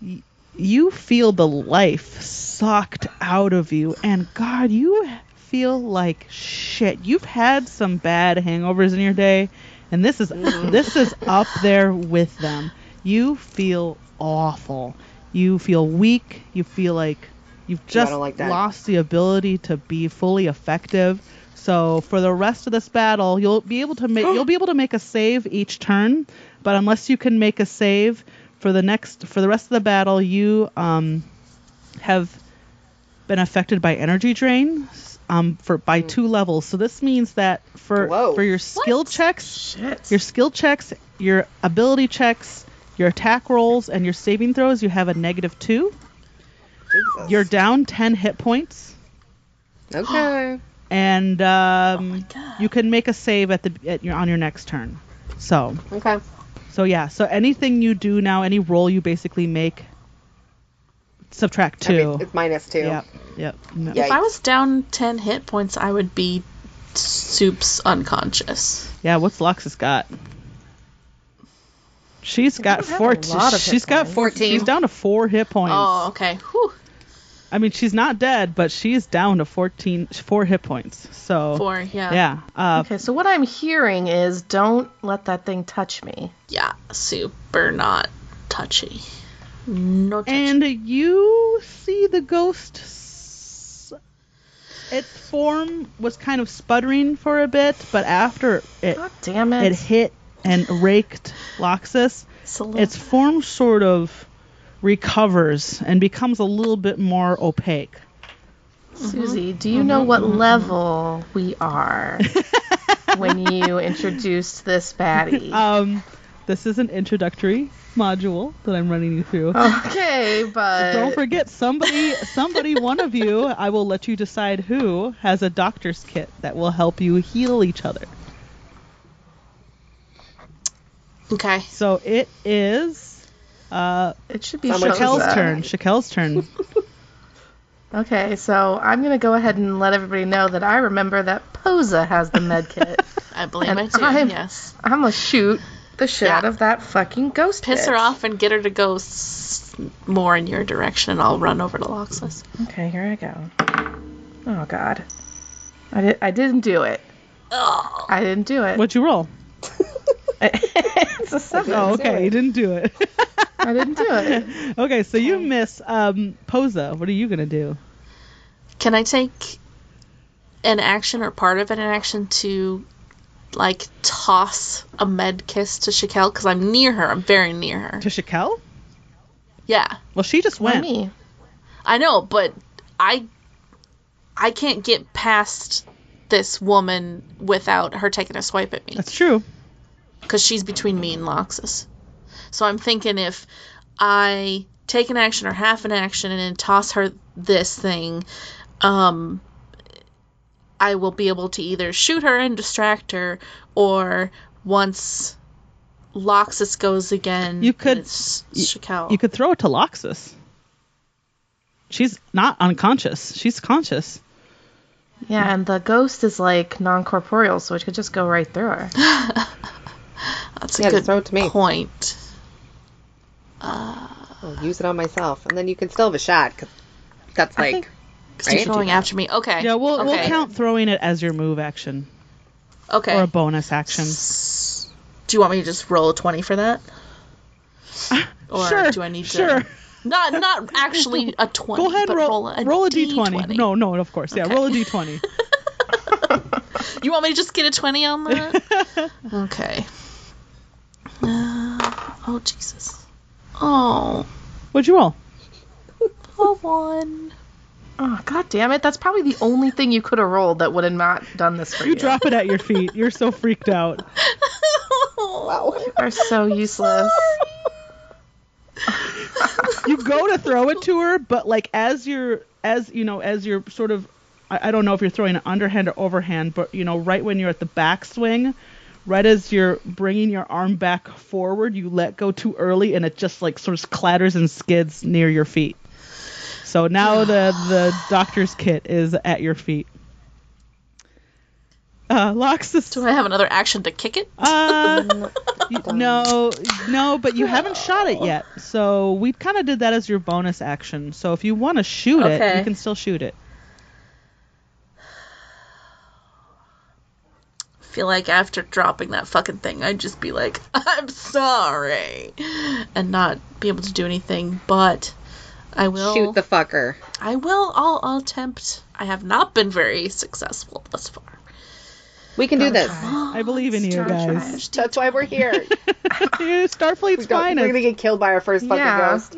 B: y- You feel the life sucked out of you, and God, you feel like shit. You've had some bad hangovers in your day, and this is *laughs*
D: Mm-hmm.
B: this is up there with them. You feel awful. You feel weak. You feel like you've just
D: don't like that.
B: lost the ability to be fully effective. So for the rest of this battle, you'll be able to
D: *gasps*
B: make you'll be able to make a save each turn, but unless you can make a save for the next for the rest of the battle, you um, have been affected by energy drain um, for by two levels. So this means that for
D: Hmm. Whoa.
B: for your skill checks,
A: Shit.
B: your skill checks, your ability checks, your attack rolls, and your saving throws, you have a negative two.
D: Jesus.
B: You're down ten hit points,
D: okay.
B: and um,
C: God.
B: you can make a save at the at your on your next turn. So
D: Okay.
B: so yeah, so anything you do now, any roll you basically make, subtract
D: I mean,
B: two.
D: it's minus two.
B: Yep, yep. No.
D: Yeah.
C: If I was down ten hit points, I would be soups unconscious.
B: Yeah, what's Loxus got? She's got
A: have a
B: fourteen.
A: lot of hit
B: She's got
A: points.
B: fourteen. She's down to four hit points.
C: Oh, okay. Whew.
B: I mean, she's not dead, but she's down to 14, four hit points. So
C: Four. Yeah.
B: yeah, uh,
A: Okay, so what I'm hearing is don't let that thing touch me.
C: Yeah, super not touchy. No touchy.
B: and you see the ghost. s- Its form was kind of sputtering for a bit, but after it
A: God damn it.
B: it hit and raked Loxus,
C: Sal-
B: its form sort of recovers and becomes a little bit more opaque.
C: Mm-hmm. *laughs*
A: Susie, do you know what level we are? when you introduced this baddie.
C: Uh,
B: Um, this is an introductory module that I'm running you through.
A: Uh, okay, but
B: Don't forget, somebody, somebody, one of you, I will let you decide who has a doctor's kit that will help you heal each other.
C: Okay.
B: So it is uh,
A: it should be
D: Someone
A: Shoza.
B: Shakel's turn. Shakel's turn.
A: Okay, so I'm gonna go ahead and let everybody know that I remember that Posa has the med
C: *laughs*
A: kit.
C: I believe
A: And
C: I do.
A: I'm-
C: Yes.
A: I'm gonna shoot the shit
C: Yeah.
A: out of that fucking ghost.
C: Piss her
A: bitch.
C: off and get her to go s- more in your direction, and I'll run over to Loxus.
A: Okay, here I go. Oh God, I did. I didn't do it.
C: Oh,
A: I didn't do *laughs* it.
B: What'd you roll?
C: *laughs*
A: it's a seven.
B: Oh, okay, you didn't do it. *laughs*
A: I didn't do it.
B: okay, so you miss um, Posa. What are you gonna do?
C: can I take an action or part of an action to like toss a med kiss to Shakel because I'm near her. I'm very near her.
B: To Shakel?
C: Yeah,
B: Well, she just
A: Why
B: went.
A: me?
C: I know, but I I can't get past this woman without her taking a swipe at me.
B: That's true.
C: because she's between me and Loxus. So I'm thinking if I take an action or half an action and then toss her this thing, um, I will be able to either shoot her and distract her, or once Loxus goes again,
B: You could-
C: and it's Shakel.
B: You could throw it to Loxus. She's not unconscious. She's conscious.
A: Yeah, and the ghost is like non-corporeal, so it could just go right through her.
C: That's a
D: Yeah,
C: good
D: just throw it to me.
C: point.
D: I'll use it on myself, and then you can still have a shot. 'cause that's
A: I
D: like
A: think-
C: 'Cause she's
D: Right?
C: going after me. Okay.
B: Yeah, we'll we'll
C: Okay.
B: count throwing it as your move action
C: Okay.
B: or a bonus action.
C: S- Do you want me to just roll a twenty for that? Or
B: sure.
C: do I need to?
B: sure.
C: Not not actually a
B: *laughs*
C: twenty.
B: Go ahead
C: but
B: and roll
C: roll a,
B: d20.
C: D20.
B: No, no, of course. Yeah, roll a
C: *laughs*
B: d20.
C: You want me to just get a twenty
B: *laughs*
C: on that? okay. Uh, oh Jesus. Oh,
B: *laughs* What'd you roll?
C: a one. *laughs*
A: Oh God damn it! That's probably the only thing you could have rolled that would have not done this for you.
B: You drop it at your feet. You're so freaked out.
D: wow.
A: *laughs* *laughs* are so useless.
B: you go to throw it to her, but like as you're as you know, as you're sort of I, I don't know if you're throwing an underhand or overhand, but you know, right when you're at the back swing, right as you're bringing your arm back forward, you let go too early and it just like sort of clatters and skids near your feet. So now the the doctor's kit is at your feet. Uh, Loxus.
C: Do I have another action to kick it?
A: *laughs*
B: Uh, y- no, no, but you haven't shot it yet. So we kind of did that as your bonus action. So if you want to shoot it,
C: Okay.
B: you can still shoot it.
C: I feel like after dropping that fucking thing, I'd just be like, *laughs* I'm sorry, and not be able to do anything. But I will
D: Shoot the fucker.
C: I will. I'll, I'll attempt. I have not been very successful thus far.
D: We can do this.
B: I believe in you
A: Star
B: guys.
D: That's why we're *laughs* here.
B: You're *laughs* Starfleet's
D: Don't- We're gonna
B: finest.
D: get killed by our first fucking
A: Yeah.
D: ghost.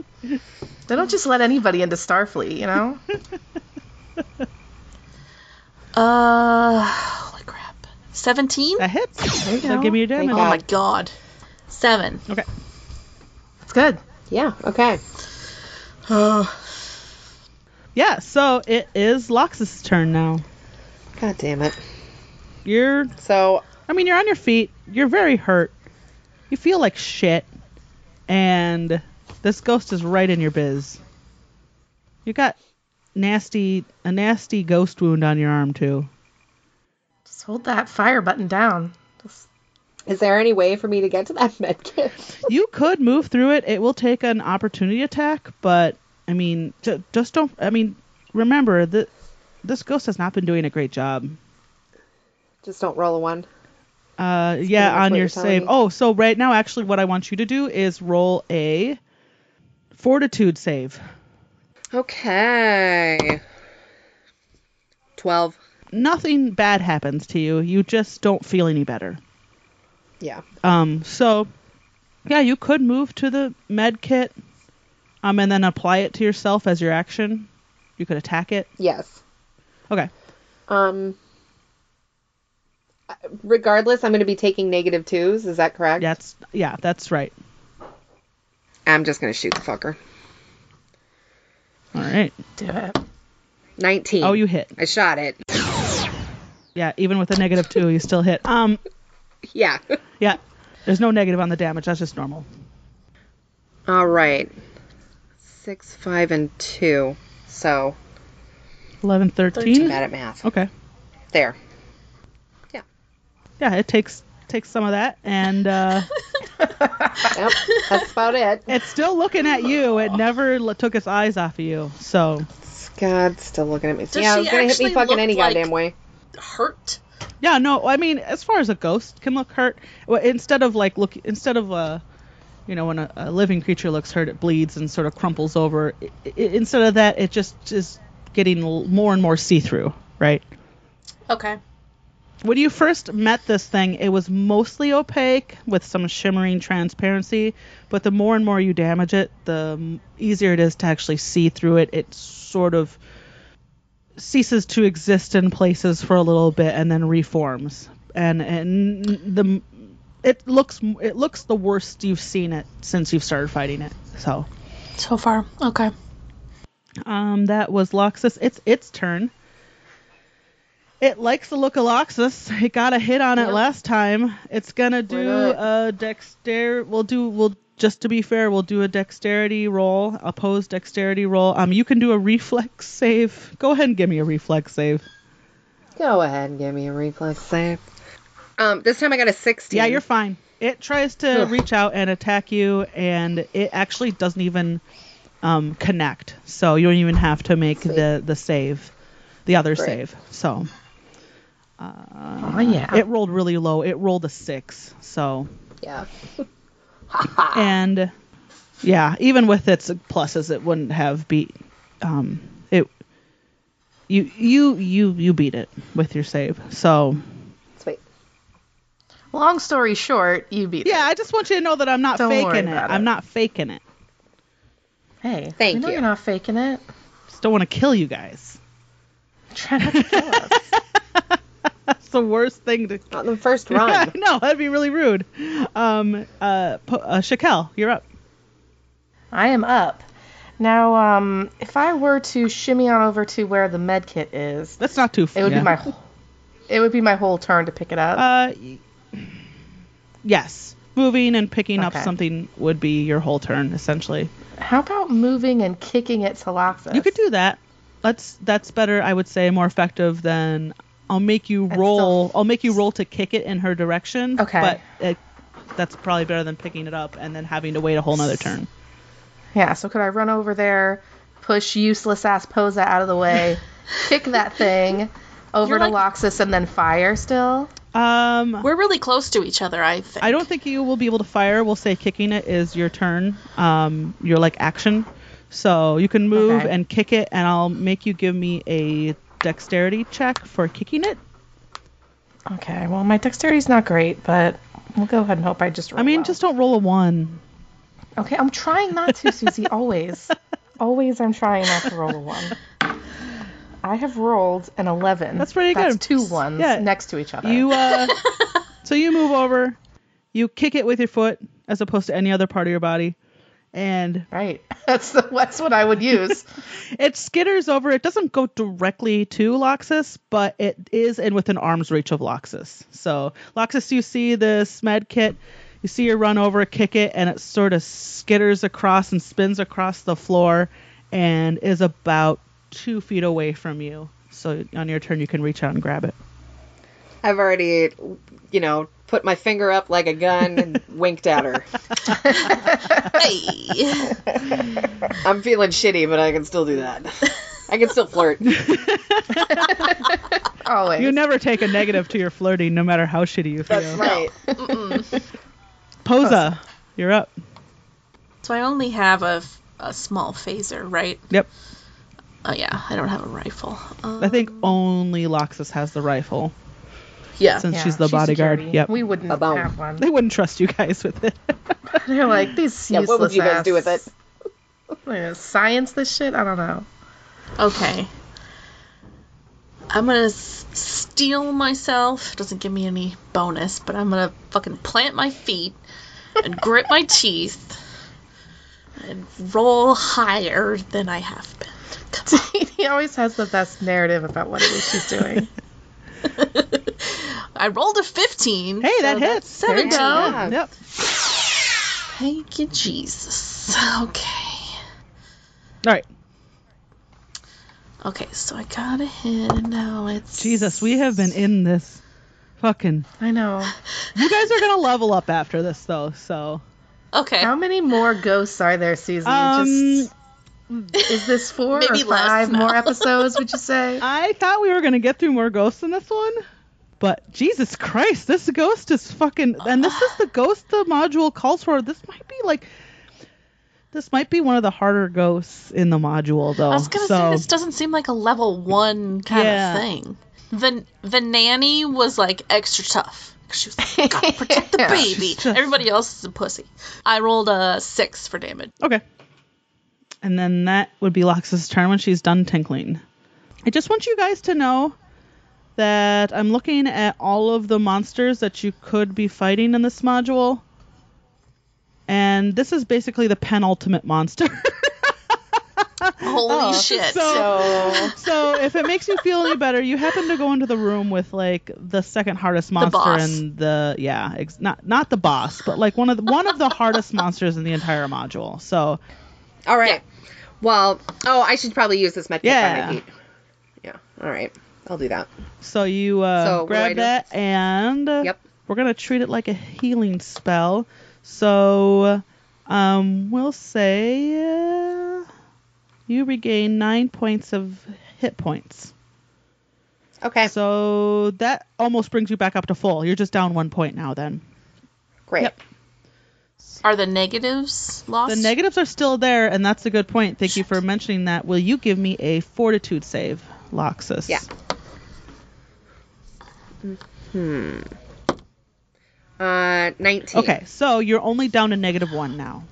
A: They don't just let anybody into Starfleet, you know.
C: Uh, holy crap. Seventeen.
B: *laughs* That hits.
A: There you
B: So
A: go.
B: give me your damage.
C: Oh my god. Seven.
B: Okay.
A: It's good.
D: Yeah. Okay.
B: Yeah. So it is Lox's turn now.
D: God damn it.
B: You're.
D: So
B: I mean, you're on your feet. You're very hurt. You feel like shit, and this ghost is right in your biz. You got nasty a nasty ghost wound on your arm too.
A: Just hold that fire button down. Just
D: Is there any way for me to get to that *laughs* med kit?
B: you could move through it. It will take an opportunity attack, but I mean, ju- just don't. I mean, remember that this ghost has not been doing a great job.
D: Just don't roll a one.
B: Uh, yeah,
D: much
B: on
D: what
B: your
D: you're telling
B: save.
D: me.
B: Oh, so right now, actually, what I want you to do is roll a fortitude save.
D: Okay. Twelve.
B: Nothing bad happens to you. You just don't feel any better.
D: Yeah.
B: Um, so yeah, you could move to the med kit, um, and then apply it to yourself as your action. You could attack it.
D: Yes.
B: Okay.
D: Um. regardless, I'm going to be taking negative twos. Is that correct?
B: That's yeah, that's right.
D: I'm just going to shoot the fucker.
B: All right.
A: Do it.
D: 19.
B: Oh, you hit.
D: I shot it. *laughs*
B: Yeah, even with a negative two, you still hit. Um,
D: Yeah.
B: yeah. There's no negative on the damage. That's just normal.
D: All right. Six, five, and two. So
B: 11, 13.
D: bad at math.
B: Okay.
D: There.
B: Yeah, it takes takes some of that, and uh,
D: Yep. That's about it.
B: it's still looking at you. It never l- took its eyes off of you. So
D: God's still looking at me.
C: Does
D: yeah,
C: she
D: it's gonna hit me
C: actually
D: fucking
C: look
D: any
C: like-
D: goddamn way.
C: Hurt.
B: yeah, no. I mean, as far as a ghost can look hurt, well, instead of like look, instead of uh, you know, when a, a living creature looks hurt, it bleeds and sort of crumples over. I i instead of that, it just is getting l- more and more see through, right?
C: Okay.
B: When you first met this thing, it was mostly opaque with some shimmering transparency, but the more and more you damage it, the m- easier it is to actually see through it. It sort of ceases to exist in places for a little bit and then reforms. And and the m- it looks m- it looks the worst you've seen it since you've started fighting it. So,
C: So far. Okay.
B: um that was Loxus. It's its turn. It likes the look of Loxus. It got a hit on it
C: Yep.
B: last time. It's gonna do
D: not?
B: a dexter. We'll do. We'll just to be fair, we'll do a dexterity roll, opposed dexterity roll. Um, you can do a reflex save. Go ahead and give me a reflex save.
D: Go ahead and give me a reflex save. Um, this time I got a 16.
B: Yeah, you're fine. It tries to reach out and attack you, and it actually doesn't even um, connect. So you don't even have to make the the save, the other
D: Great.
B: save. So
A: Oh, yeah.
B: it rolled really low. It rolled a six. So
D: Yeah.
B: and yeah, even with its pluses, it wouldn't have beat. Um, it you you you you beat it with your save. So
D: Sweet.
A: Long story short, you beat
B: yeah, I just want you to know that I'm not
A: Don't worry
B: faking it.
A: about it.
B: I'm not faking
A: it.
B: it.
A: Hey,
D: Thank
A: we know
D: you.
A: are not faking *laughs* it.
B: Just don't want to kill you guys. *laughs*
A: Try not to kill us.
B: That's the worst thing to.
D: On the first
B: *laughs*
D: *laughs*
B: I
D: run.
B: know that'd be really rude. Um, uh, po- uh Shakel, you're up.
A: I am up. Now, um, if I were to shimmy on over to where the med kit is,
B: That's not too.
A: it would
B: yeah.
A: be my whole, it would be my whole turn to pick it up.
B: Uh, y- yes, moving and picking up
A: Okay.
B: something would be your whole turn essentially.
A: How about moving and kicking it to Loxus?
B: You could do that. That's that's better. I would say more effective than I'll make you roll. I'll make you roll to kick it in her direction.
A: Okay.
B: But it, that's probably better than picking it up and then having to wait a whole nother turn.
A: Yeah. So could I run over there, push useless ass Posa out of the *laughs* way, kick that thing over
C: You're
A: to
C: like-
A: Loxus, and then fire still?
B: Um,
C: We're really close to each other, I think.
B: I don't think you will be able to fire. We'll say kicking it is your turn. Um, your like action. So you can move
A: Okay.
B: and kick it, and I'll make you give me a dexterity check for kicking it.
A: Okay. Well, my dexterity's not great, but we'll go ahead and hope I just. Roll
B: I mean,
A: well.
B: just don't roll a one.
A: Okay, I'm trying not to, *laughs* Susie. Always. Always I'm trying not to roll a one. I have rolled an 11.
B: That's pretty good.
A: two ones
B: Yeah.
A: next to each other.
B: You uh, so you move over, you kick it with your foot as opposed to any other part of your body, and
A: Right. *laughs* That's the, that's what I would *laughs* use.
B: it skitters over. It doesn't go directly to Loxus, but it is in within arm's reach of Loxus. So Loxus, you see this med kit, you see her run over, kick it, and it sort of skitters across and spins across the floor, and is about two feet away from you. So on your turn, you can reach out and grab it.
D: I've already, you know, put my finger up like a gun *laughs* and winked at her.
C: Hey. *laughs*
D: I'm feeling shitty, but I can still do that. I can still flirt.
A: Always.
B: You never take a negative to your flirting, no matter how shitty you feel.
D: That's right.
B: Posa, you're up.
C: so I only have a, a small phaser, right?
B: Yep.
C: Oh yeah, I don't have a rifle. Um,
B: I think only Loxus has the rifle
C: yeah.
B: since
A: Yeah,
B: she's the bodyguard.
A: security.
B: Yep.
A: We wouldn't
D: About-
A: have one. *laughs*
B: *laughs* they wouldn't trust you guys with *laughs* it.
A: They're like, these
D: Yeah,
A: useless
D: what would you guys
A: ass-
D: do with it?
A: *laughs* What is it, Science this shit? I don't know.
C: Okay. I'm gonna s- steal myself. Doesn't give me any bonus, but I'm gonna fucking plant my feet and grit my teeth and roll higher than I have been. Come
A: *laughs* he always has the best narrative about what it is she's
B: *laughs*
A: doing.
C: on. I rolled a 15.
B: Hey, that
C: that's
B: hits. There you
C: 17.
B: go.
D: Yeah.
B: Yep.
C: Thank you, Jesus. Okay.
B: All right.
C: Okay, so I got a hit, and now it's.
B: Jesus, we have been in this fucking.
A: I know.
B: You guys are gonna level up after this though, so
C: Okay.
A: How many more ghosts are there, Susie?
B: Um,
A: Just, is this four or
C: Maybe less
A: five
B: *laughs*
C: now.
A: more episodes? Would you say?
B: I thought we were gonna get through more ghosts in this one, but Jesus Christ, this ghost is fucking. And this
C: *sighs*
B: is the ghost the module calls for. This might be like. This might be one of the harder ghosts in the module, though.
C: I was gonna
B: so,
C: say this doesn't seem like a level one kind
B: Yeah.
C: of thing. The the nanny was like extra tough. She was like, "Gotta
B: *laughs*
C: protect the
A: Yeah.
C: baby.
B: She's just-
C: Everybody else is a pussy. I rolled a six for damage.
B: Okay. And then that would be Lox's turn when she's done tinkling. I just want you guys to know that I'm looking at all of the monsters that you could be fighting in this module. And this is basically the penultimate monster. *laughs*
C: Holy shit!
B: Oh, so- Oh.
D: So
B: so if it makes you feel any better, you happen to go into the room with like the second hardest monster
C: boss.
B: and the yeah, ex- not not the boss, but like one of the, one of the hardest monsters in the entire module. So
D: all right. Well, oh, I should probably use this metric
B: Yeah.
D: on my feet. Yeah. All right. I'll do that.
B: So you uh,
D: So, what do I
B: grab
D: do?
B: that, and uh,
D: Yep.
B: we're gonna treat it like a healing spell. So um, we'll say uh, you regain nine points of hit points.
D: Okay.
B: So that almost brings you back up to full. You're just down one point now. Then
D: Great.
B: yep.
C: Are the negatives lost?
B: the negatives are still there, and that's a good point. Thank you for mentioning that. Will you give me a fortitude save, Loxus?
D: Yeah. Hmm. Uh, 19.
B: Okay, so you're only down to negative one now.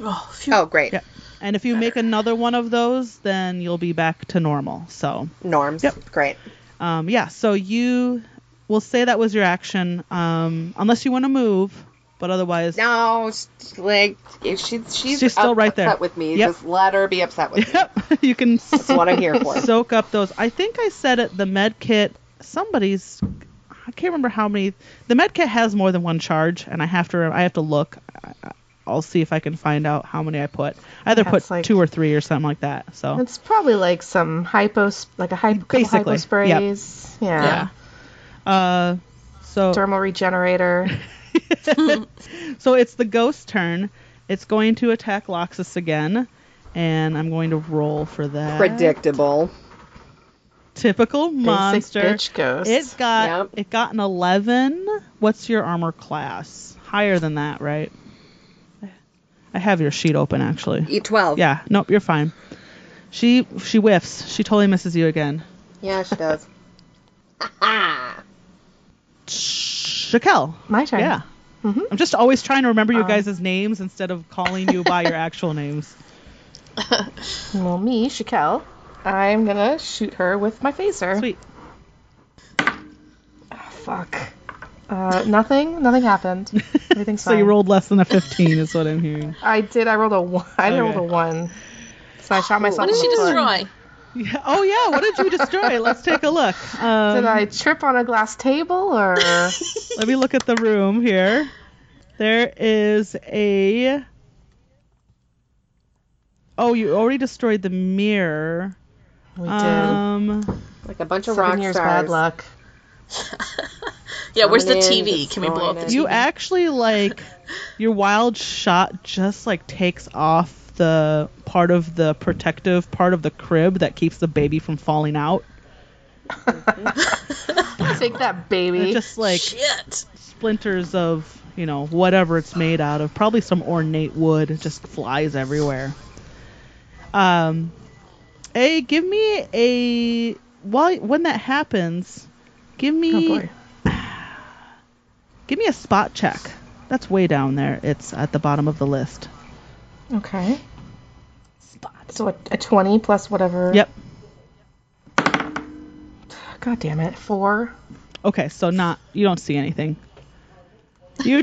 C: Oh, phew.
D: Oh, great.
B: Yep. And if you make another one of those, then you'll be back to normal. So,
D: Norms.
B: Yep.
D: Great.
B: um, yeah. So you, we'll say that was your action, um, unless you want to move. But otherwise,
D: No, sh- like if she, she's
B: She's still
D: up-
B: right there.
D: upset with me.
B: Yep.
D: Just let her be upset with *laughs* me.
B: yep, *laughs* you can
D: That's what I'm here for.
B: soak up those. I think I said it. The med kit. Somebody's. I can't remember how many. The med kit has more than one charge, and I have to. I have to look. I- I'll see if I can find out how many I put. I either
A: Yeah,
B: put
A: it's like-
B: two or three or something like that. So
A: It's probably like some hypo, like a hypo, couple hypo
B: Oh. Basically, yep.
A: sprays. Yeah.
B: Uh,
A: *laughs*
B: so
A: Dermal regenerator.
B: *laughs* So it's the ghost turn. It's going to attack Loxus again, and I'm going to roll for that.
D: Predictable.
B: Typical monster.
A: Basic bitch ghost.
B: It got
D: Yep.
B: it got an 11. What's your armor class? Higher than that, right? I have your sheet open actually.
D: E twelve.
B: Yeah, nope, you're fine. She she whiffs. She totally misses you again.
D: Yeah, she does. *laughs*
B: Shakel.
A: My turn.
B: Yeah.
A: Mhm.
B: I'm just always trying to
A: Uh-huh.
B: remember you guys' names instead of calling you by your
A: *laughs*
B: actual names.
A: Well, me, Shakel, I'm gonna shoot her with my phaser.
B: Sweet.
A: Fuck. Uh, nothing. Nothing happened.
B: *laughs*
A: Everything's
B: So
A: fine.
B: you rolled less than a 15 is what I'm hearing.
A: I did. I rolled a one. I
B: Okay.
A: rolled a one. So I shot myself.
C: what did
A: in
C: she
A: the foot.
C: destroy?
B: Yeah. Oh yeah, what did you destroy? Let's take a look. Um,
A: Did I trip on a glass table
B: *laughs*
A: or?
B: Let me look at the room here. There is a. Oh, you already destroyed the mirror.
A: we did.
B: Um,
D: Like a bunch of
A: Seven
D: rock
A: years
D: stars.
A: bad luck.
C: Yeah, where's the
D: Coming in,
C: TV? Can we blow up the
D: destroying
C: TV?
D: it.
B: you actually
A: *laughs*
B: like your wild shot just like takes off the part of the protective part of the crib that keeps the baby from falling out.
A: Take that, baby.
B: It just like
C: Shit.
B: splinters of you know whatever it's made out of probably some ornate wood it just flies everywhere um a give me a while when that happens give
A: Oh
B: me
A: boy.
B: give me a spot check that's way down there it's at the bottom of the list
A: Okay. So a, a twenty plus whatever.
B: yep
A: God damn it. Four.
B: Okay, so not you don't see anything. You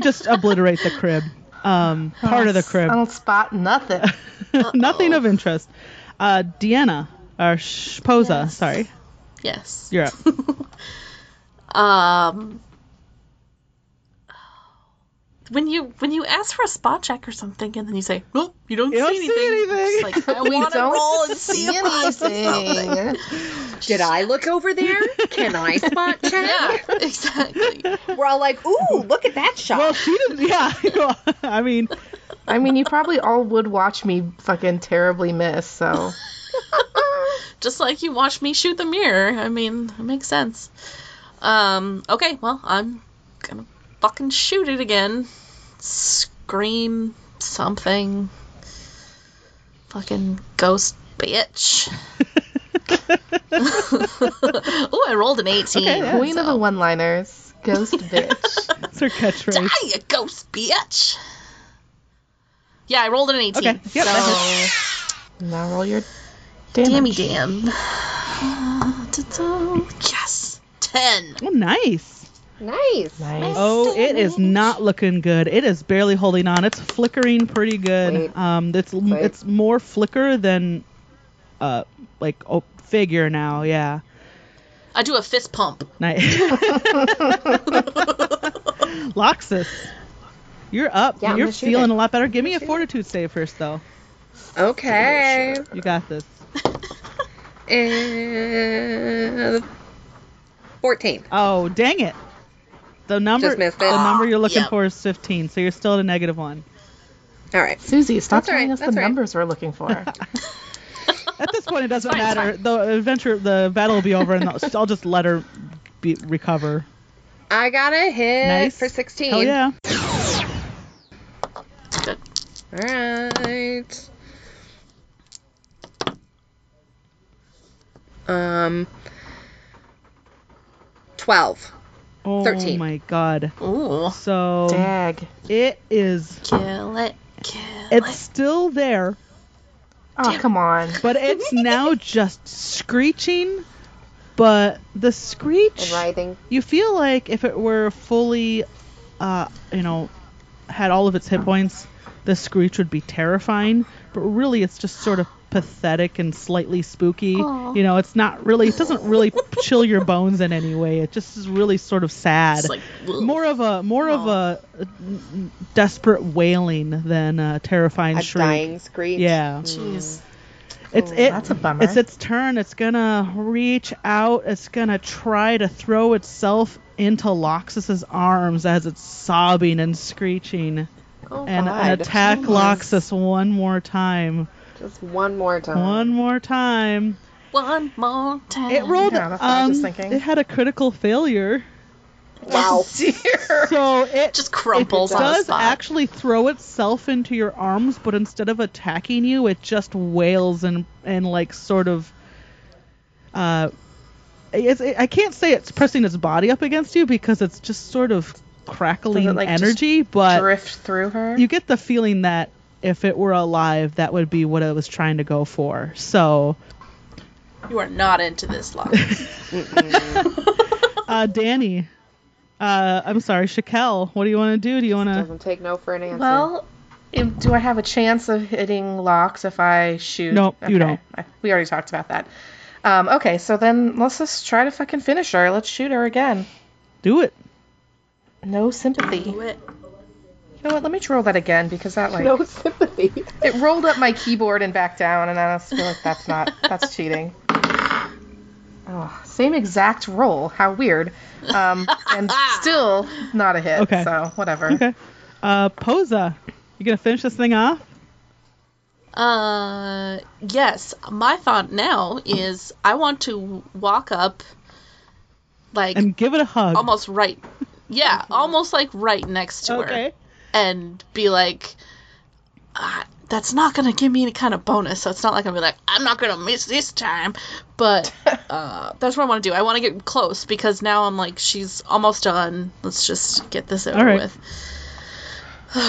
A: *laughs*
B: just obliterate the crib. Um, part of the crib.
A: I don't spot
B: *laughs*
A: nothing.
B: Nothing of interest. Uh, Deanna or Sh- Posa,
C: Yes.
B: sorry.
C: Yes.
B: *laughs* You're up.
C: Um. When you when you ask for a spot check or something, and then you say, "Nope, you don't,
B: You don't see
C: see anything."
B: anything.
C: It's Like, I
A: We
C: want to
A: don't
C: roll and see if I see something.
D: Did I look over there? Can I spot check?
C: Yeah, *laughs* exactly.
D: We're all like, ooh, look at that
B: *laughs*
D: shot.
B: well, she didn't. Yeah, *laughs* well, I
D: *laughs*
B: mean,
A: I mean, you probably all would watch me fucking terribly miss, so.
C: Just like you watched me shoot the mirror. I mean, it makes sense. Um. Okay. Well, I'm gonna fucking shoot it again. Scream something. Fucking ghost bitch. *laughs* Ooh, I rolled an 18.
A: Queen of the one liners. Ghost *laughs* bitch.
B: it's her catchphrase.
C: Die, you ghost bitch. Yeah, I rolled an 18.
B: Okay, yep, that
A: now roll your
C: Damn,
A: damage.
C: damn. Yes. 10.
B: Oh, nice.
D: nice.
A: Nice.
B: Oh, it is not looking good. It is barely holding on. It's flickering pretty good.
D: Wait.
B: Um, it's it's more flicker than, uh, like oh, figure now. Yeah.
C: I do a fist pump. *laughs*
B: Nice. *laughs* Loxus, you're up.
D: Yeah, I'm
B: you're
D: gonna shoot
B: feeling
D: it.
B: a lot better. Give me a fortitude save first, though.
D: Okay.
B: You got this.
D: Uh, 14.
B: Oh, dang it. The number
D: Just missed it.
B: the number you're looking
C: Yep.
B: for is 15, so you're still at a negative one.
D: All right.
A: Susie, stop
D: That's all
A: telling
D: right,
A: us the
D: that's all right.
A: numbers we're looking *laughs* for.
B: At this point, it doesn't
C: *laughs* Fine, it's
B: matter. The adventure, the battle will be over, and I'll, I'll just let her be, recover.
D: I got a hit
B: Nice.
D: Eh, for 16.
B: Hell yeah.
C: Good.
D: All right. Um, 12.
B: Oh
D: 13.
B: my god.
C: Ooh.
B: So
A: Dag.
B: it is.
C: Kill it. Kill
B: It's
C: it.
B: still there,
A: Oh, come on.
B: but
D: *laughs*
B: it's now just screeching. But the screech.
D: Writhing.
B: you feel like if it were fully, uh, you know, had all of its hit points, the screech would be terrifying. But really, it's just sort of pathetic and slightly spooky. You know, it's not really. It doesn't really chill your bones in any way. It just is really sort of sad.
C: It's like, ugh.
B: more of a more of a uh, n- desperate wailing than a terrifying
D: A
B: shriek.
D: dying screech.
B: Yeah.
C: Jeez.
B: It's it.
A: That's a bummer.
B: It's its turn. It's gonna reach out. It's gonna try to throw itself into Loxus's arms as it's sobbing and screeching,
D: Oh,
B: and
D: God. *laughs*
B: attack Loxus one more time.
D: Just one more
A: Uh,
D: time.
B: One more time.
C: One more time.
B: It rolled.
A: oh, Yeah, that's what I was
B: um,
A: thinking.
B: It had a critical failure,
D: Wow.
B: *laughs* so it
C: Just
B: it
C: crumples on the
B: does
C: spot.
B: actually throw itself into your arms, but instead of attacking you, it just wails and and like sort of. Uh, it's, it, I can't say it's pressing its body up against you because it's just sort of crackling
A: Does it, like, just
B: energy, but
A: Drift through her.
B: you get the feeling that if it were alive, that would be what it was trying to go for. So,
C: you are not into this
B: *laughs*
C: lot.
A: *laughs*
B: uh, Danny, uh, I'm sorry, Shakel, what do you want to do? Do you want to?
D: Doesn't take no for an answer. *laughs*
A: Well, if- do I have a chance of hitting locks if I shoot?
B: Nope, you don't.
A: I- we already talked about that. Um, okay, so then let's just try to fucking finish her. Let's shoot her again.
B: Do it.
A: No sympathy.
C: Do
A: You
C: it.
A: know what? Let me roll that again because that like
D: no sympathy.
A: it rolled up my keyboard and back down, and I just feel like that's not that's cheating. Oh, same exact roll. How weird. Um, and still not a hit.
B: Okay.
A: So whatever.
B: Okay. Uh, Posa, you gonna finish this thing off?
C: Uh, yes. My thought now is I want to walk up, like
B: And give it a hug.
C: almost right.
B: *laughs*
C: Yeah, almost like right next to her,
B: Okay.
C: and be like, ah, "That's not gonna give me any kind of bonus." So it's not like I'm gonna be like, "I'm not gonna miss this time,"
A: *laughs*
C: but uh, that's what I want to do. I want to get close because now I'm like, she's almost done. Let's just get this over
B: All right.
C: with.
A: You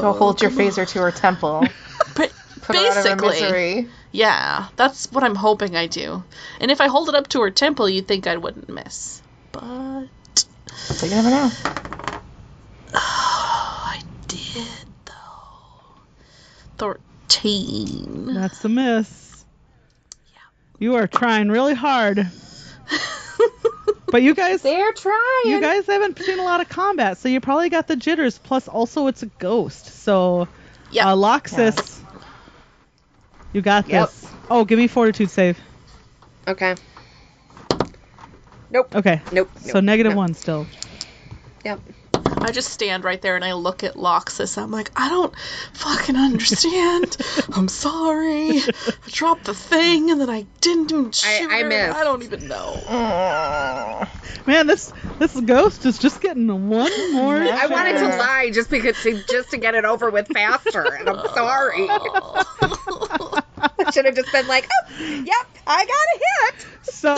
A: go hold your phaser to her temple.
C: *sighs* But
A: Put her out of her
C: Basically.
A: misery.
C: Yeah, that's what I'm hoping I do. And if I hold it up to her temple, you'd think I wouldn't miss. But *sighs* oh,
A: But you never know.
C: I did though. Thirteen.
B: That's a miss. You are trying really hard. *laughs* but you
D: *laughs*
B: guys
D: They're trying.
B: you guys haven't seen a lot of combat, so you probably got the jitters, plus also it's a ghost. So
C: Yeah.
B: uh, Loxus. You got
D: Yep.
B: this. Oh, give me fortitude save.
D: Okay.
B: Okay.
D: Nope.
B: So
D: nope,
B: negative
D: nope.
B: one still.
D: Yep.
C: I just stand right there and I look at Loxus. I'm like, I don't
B: *laughs*
C: fucking understand. I'm sorry. I dropped the thing and then I didn't even shoot
D: I
C: her.
D: missed.
C: I don't
B: *laughs*
C: even know.
B: Man, this this ghost is just getting one more.
D: I wanted to
B: chance.
D: lie just because to, just to get it over with faster, and I'm *laughs* sorry. I should have just been like, oh, "Yep, I got a hit."
B: So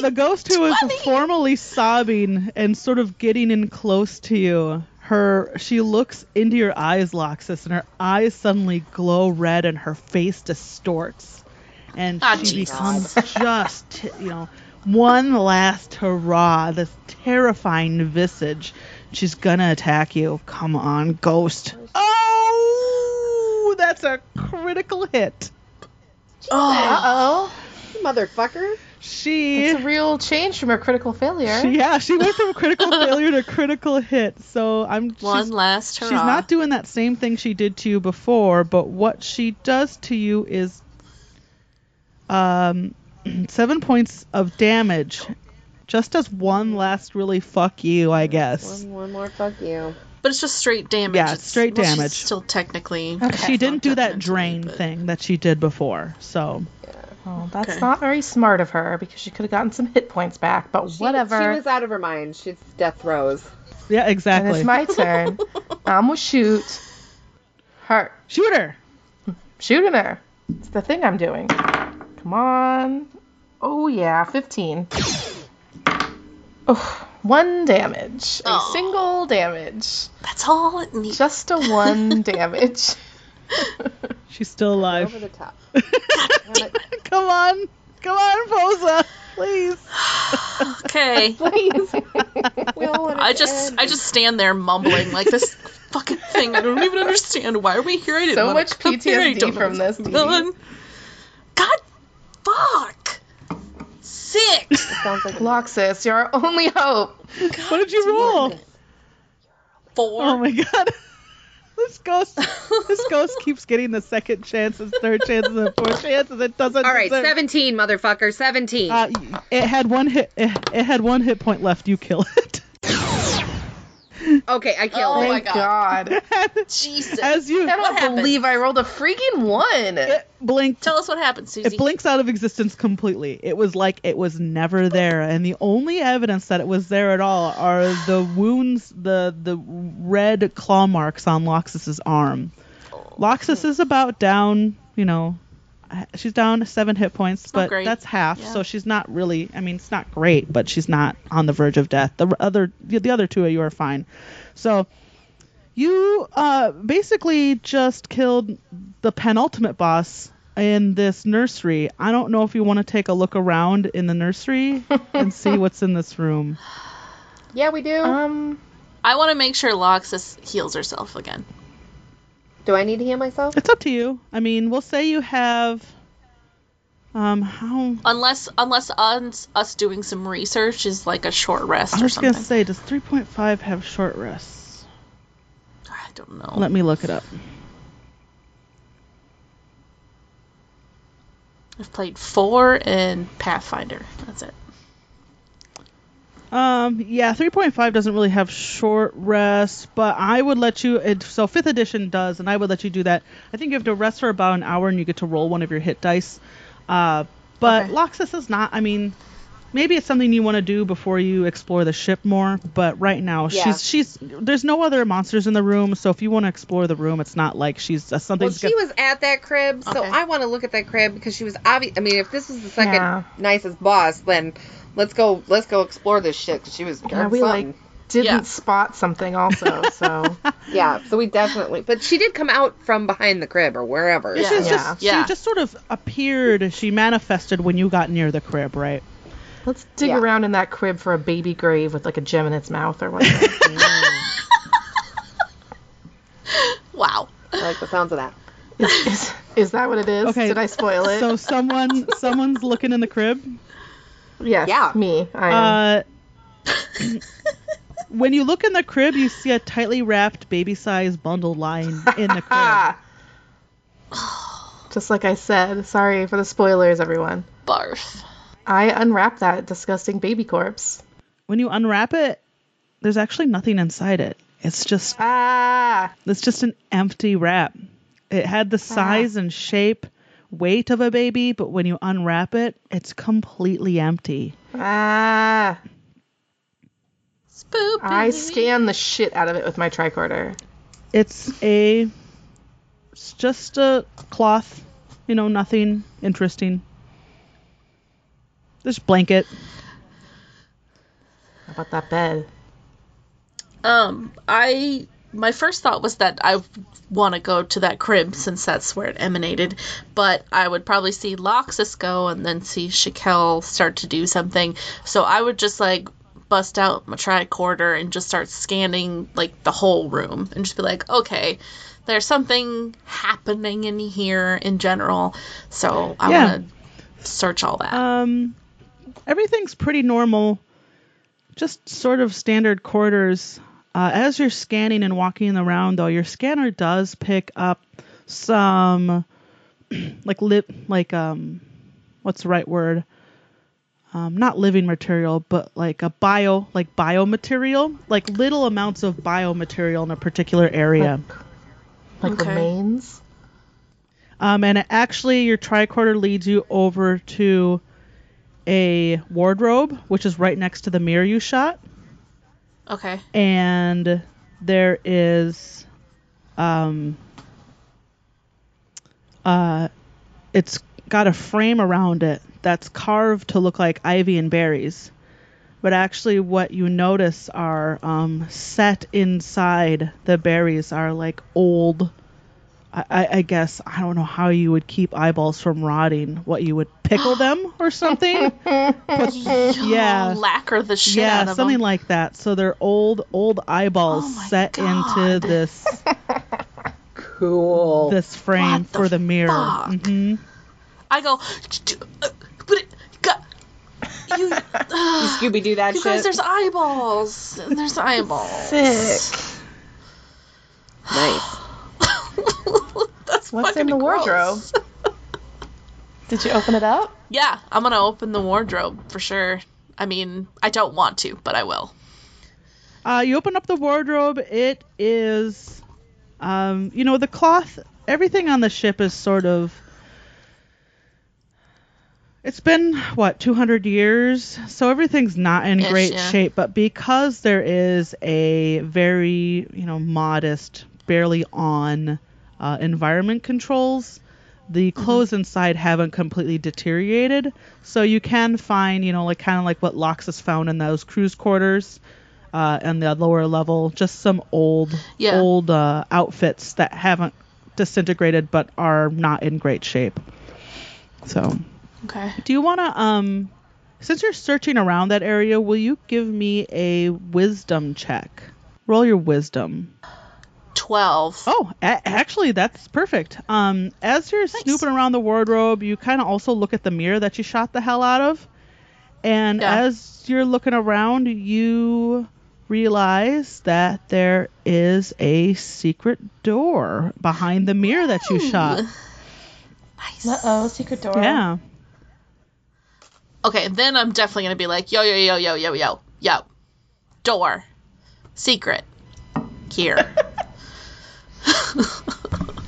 B: the ghost who was formerly sobbing and sort of getting in close to you, her she looks into your eyes, Loxus, and her eyes suddenly glow red and her face distorts. And
C: Ah,
B: she
C: Jesus.
B: becomes just you know, one last hurrah, this terrifying visage. She's gonna attack you. Come on, ghost. Oh that's a critical hit.
A: Uh
C: Oh,
A: oh.
D: Motherfucker.
B: She
A: It's a real change from her critical failure.
B: She, yeah, she went from critical failure to critical hit. So I'm
C: one
B: she's,
C: last hurrah.
B: she's not doing that same thing she did to you before, but what she does to you is um *clears throat* seven points of damage. Just as one last really fuck you, I guess.
D: One, one more fuck you.
C: but it's just straight damage.
B: Yeah, straight
C: well, she's
B: damage.
C: still technically.
B: She didn't do that
C: Definitely,
B: drain
C: but-
B: thing that she did before. So
A: Well, Oh, that's
C: Okay.
A: not very smart of her because she could have gotten some hit points back, but
D: She-
A: whatever.
D: She was out of her mind. She's death throes.
B: yeah,
A: and
B: exactly.
A: it's my
B: *laughs*
A: turn. I'm gonna shoot her.
B: Shooter.
A: Shooting her. It's the thing I'm doing. Come on. Oh yeah, 15. Oh, one damage. A
C: Aw.
A: single damage.
C: That's all it needs.
A: Just a
C: *laughs*
A: one damage.
B: She's still *laughs*
D: *laughs* Over the *laughs*
B: alive.
D: top.
B: Come on. Come on, Rosa. Please.
C: *sighs* *sighs*
B: *laughs*
D: *laughs*
C: Okay.
A: Please.
D: We
C: *laughs*
D: all want it
C: I
D: to
C: just
D: end.
C: I just stand there mumbling like
B: *laughs*
C: this fucking thing. I don't even understand. Why are we here? I didn't
A: So
C: wanna
A: much
C: come here. I
A: PTSD
C: don't know
A: from
C: what's
A: this, Dee.
C: going on. God, fuck.
B: *laughs* Oh
C: Six.
D: sounds like
A: Loxus, you're our only hope.
B: What did you roll?
C: Four.
B: Oh my god. *laughs* This ghost, this ghost keeps getting the second chances, third chances, and fourth chances. It doesn't.
D: All right,
B: deserve-
D: seventeen, motherfucker, seventeen.
B: Uh, it had one hit. It, it had one hit point left. You kill it. *laughs*
D: okay, I killed
C: Oh
D: it.
C: my
A: Thank
C: God.
A: God.
C: *laughs* *laughs* Jesus.
B: As you
A: I don't
C: happened?
A: believe I rolled a freaking one.
B: it blinked,
C: Tell us what happened, Susie.
B: it blinks out of existence completely. It was like it was never there, and the only evidence that it was there at all are the wounds, the the red claw marks on Loxus's arm.
C: Hmm.
B: Loxus is about down, you know, she's down seven hit points,
C: not
B: but
C: Oh, great.
B: that's half,
C: Yeah.
B: so she's not really. I mean, it's not great, but she's not on the verge of death. The other, the, the other two of you are fine. So you uh, basically just killed the penultimate boss in this nursery. I don't know if you want to take a look around in the
C: *laughs*
B: nursery and see what's in this room.
D: Yeah, we do.
A: Um,
C: I want to make sure Loxus heals herself again.
D: do I need to heal myself?
B: It's up to you. I mean, we'll say you have. Um, how
C: Unless unless us, us doing some research is like a short rest
B: I
C: or
B: was
C: something.
B: gonna say, does 3.5 have short rests?
C: I don't know.
B: Let me look it up.
C: I've played four and Pathfinder. That's it.
B: Um, yeah, 3.5 doesn't really have short rests, but I would let you. It, so fifth edition does, and I would let you do that. I think you have to rest for about an hour, and you get to roll one of your hit dice. Uh, but
C: Okay.
B: Loxus is not. I mean, maybe it's something you want to do before you explore the ship more. But right now,
D: Yeah.
B: she's she's there's no other monsters in the room, so if you want to explore the room, it's not like she's uh,
D: Well,
B: something's.
D: she
B: gonna-
D: was at that crib, so
C: Okay.
D: I want to look at that crib because she was obvious. I mean, if this was the second
A: Yeah.
D: nicest boss, then let's go. Let's go explore this shit. 'cause she was.
A: yeah, we like didn't
C: Yeah.
A: spot something also,
C: *laughs*
B: *laughs*
A: so
D: Yeah, so we definitely. But she did come out from behind the crib or wherever.
C: Yeah.
B: She was
A: Yeah.
B: just
C: Yeah.
B: she just sort of appeared. She manifested when you got near the crib,
C: *laughs*
B: right?
A: let's dig
D: Yeah.
A: around in that crib for a baby grave with like a gem in its mouth or whatever.
B: Mm.
C: *laughs* Wow.
D: I like the sounds of that.
A: is, is, is that what it is?
B: Okay.
A: Did I spoil it?
B: So someone someone's looking in the crib.
A: yes,
D: Yeah.
A: me. I am.
B: Uh, when you look in the crib, you see a tightly wrapped baby-sized bundle lying in the crib.
C: *laughs*
A: ah. Just like I said, sorry for the spoilers, everyone.
C: Barf.
A: I unwrapped that disgusting baby corpse.
B: When you unwrap it, there's actually nothing inside it. It's just
A: Ah,
B: it's just an empty wrap. It had the
C: Ah.
B: size and shape, weight of a baby, but when you unwrap it, it's completely empty.
A: ah.
C: Spoopy.
A: I scanned the shit out of it with my tricorder.
B: It's a it's just a cloth, you know, nothing interesting. This blanket.
A: How about that bed?
C: Um, I my first thought was that I want to go to that crib since that's where it emanated, but I would probably see Loxus go and then see Shakel start to do something. So I would just like bust out my tricorder and just start scanning like the whole room and just be like, okay, there's something happening in here in general. So I
B: Yeah.
C: want to search all that.
B: Um, everything's pretty normal, just sort of standard quarters. Uh, as you're scanning and walking around, though, your scanner does pick up some, *clears throat* like lip, like um, what's the right word? Um, not living material, but like a bio, like biomaterial, like little amounts of biomaterial in a particular area.
A: Like
C: Okay.
A: remains?
B: Um, and actually, your tricorder leads you over to a wardrobe, which is right next to the mirror you shot.
C: okay.
B: And there is, um, uh, it's got a frame around it that's carved to look like ivy and berries. But actually, what you notice are um, set inside the berries are like old. I, I, I guess I don't know how you would keep eyeballs from rotting. What you would pickle them or something? But- *laughs* yeah,
C: *laughs* Lacquer the shit
B: yeah,
C: out of
B: something
C: them.
B: like that. So they're old, old eyeballs
C: Oh my
B: set into
C: God.
B: this
D: Cool.
B: this frame
C: What the
B: for the mirror.
C: fuck?
B: Mhm.
C: I go, "Uh, but it got you. uh,
D: Scooby Doo that
C: you
D: shit.
C: guys, there's eyeballs. And there's eyeballs.
A: Sick.
D: nice.
C: *laughs*
A: What's
C: That's
A: in
C: fucking
A: the
C: gross.
A: wardrobe? Did you open it up?
C: *laughs* Yeah, I'm gonna open the wardrobe for sure. I mean, I don't want to, but I will.
B: Uh, you open up the wardrobe. It is, um, you know, the cloth. Everything on the ship is sort of. It's been what 200 years, so everything's not in
C: Ish,
B: great
C: yeah.
B: shape. But because there is a very, you know, modest, barely on uh, environment controls, the clothes inside haven't completely deteriorated. So you can find, you know, like kind of like what Loxus found in those cruise quarters uh, and the lower level, just some old,
C: Yeah.
B: old uh, outfits that haven't disintegrated but are not in great shape. So,
C: Okay.
B: do you want to, um, since you're searching around that area, will you give me a wisdom check? Roll your wisdom.
C: Twelve.
B: Oh, a- actually, that's perfect. Um, as you're snooping around the wardrobe, you kind of also look at the mirror that you shot the hell out of. And
C: Yeah.
B: as you're looking around, you realize that there is a secret door behind the mirror that you shot.
C: Nice.
A: Uh oh, secret door.
B: Yeah.
C: Okay, then I'm definitely gonna be like, yo, yo, yo, yo, yo, yo, yo, door, secret, here. *laughs*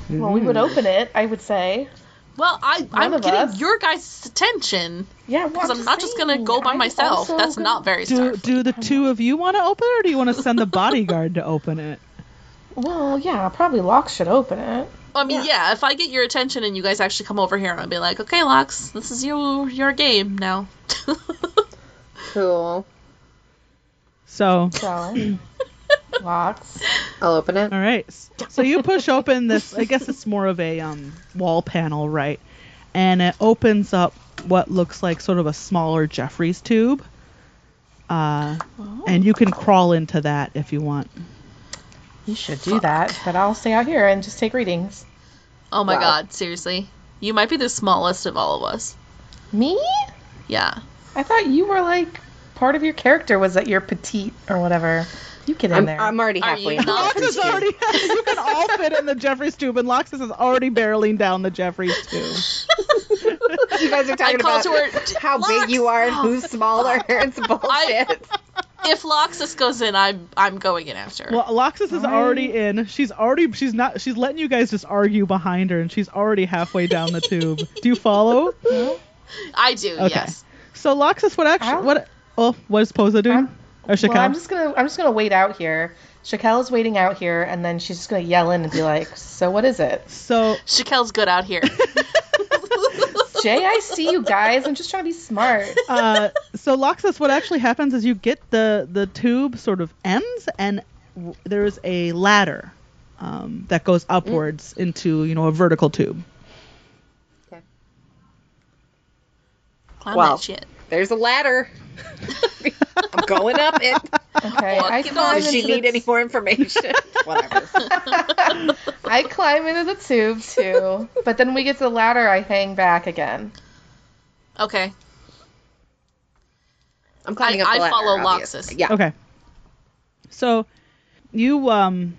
A: Well, we would open it, I would say.
C: Well, I, I'm
A: of
C: getting
A: us.
C: your guys' attention.
A: Yeah, well,
C: Because I'm not just gonna go by
A: I'm
C: myself.
A: also
C: That's
A: gonna-
C: not very
B: Do,
C: Starfleet.
B: do the two of you want to open it, or do you want to
C: *laughs*
B: send the bodyguard to open it?
A: Well, yeah, probably Locke should open it.
C: I mean, yeah. If I get your attention and you guys actually come over here, I'll be like, okay, Lux, this is your your game now.
D: Cool.
B: So,
C: *laughs*
A: So, lots.
D: I'll open
A: Mm,
D: it.
B: all right. So you push open this. I guess it's more of a um, wall panel, right? And it opens up what looks like sort of a smaller Jeffrey's tube. Uh, And you can crawl into that if you want.
A: You should do that, but I'll stay out here and just take readings.
C: *laughs* Oh my
D: Wow.
C: god, seriously. You might be the smallest of all of us.
A: Me?
C: Yeah.
A: I thought you were like part of your character was that you're petite or whatever. You get in
D: I'm,
A: there.
D: I'm already
C: Are
D: halfway
C: you
D: in.
C: not-
B: Loxus already. *laughs* you can all fit in the Jeffrey's tube, and Loxus is already barreling down the Jeffrey's tube.
D: You guys are talking
C: I called
D: about
C: to her.
D: how
C: Lox!
D: big you are
C: *laughs*
D: and who's smaller. *laughs* it's bullshit.
C: If Loxus goes in, I'm I'm going in after. her.
B: Well, Loxus is already in. She's already. She's not. She's letting you guys just argue behind her, and she's already halfway down the tube. Do you *laughs* follow?
C: I do.
B: Okay.
C: Yes.
B: So Loxus, what
A: Ow.
B: actually? What? Oh, what is Posa doing? Oh,
A: I'm-
B: or Shakal?
A: Well, I'm just gonna I'm just gonna wait out here. Shakel is waiting out here, and then she's just gonna yell in and be like, "So what is
D: *laughs*
A: it?"
B: so
C: Shakel's good out here.
A: Jay, I see you guys. I'm just trying to be smart.
B: uh, *laughs* so Loxus, what actually happens is you get the the tube sort of ends, and w- there is a ladder um, that goes
A: Mm.
B: upwards into you know a vertical tube.
C: Climb
D: Wow.
C: that shit.
D: There's
C: *laughs*
D: a ladder. I'm going up it.
A: Okay, I climb,
C: Keep going.
D: Does
A: into
D: she
A: the,
D: need any more information? *laughs* Whatever.
A: *laughs* I climb into the tube too, but then we get to the ladder. I hang back again.
C: Okay.
D: I'm climbing
C: I-
D: up the
C: I
D: ladder,
C: follow
D: obvious.
C: Loxus.
D: Yeah.
B: Okay. So you um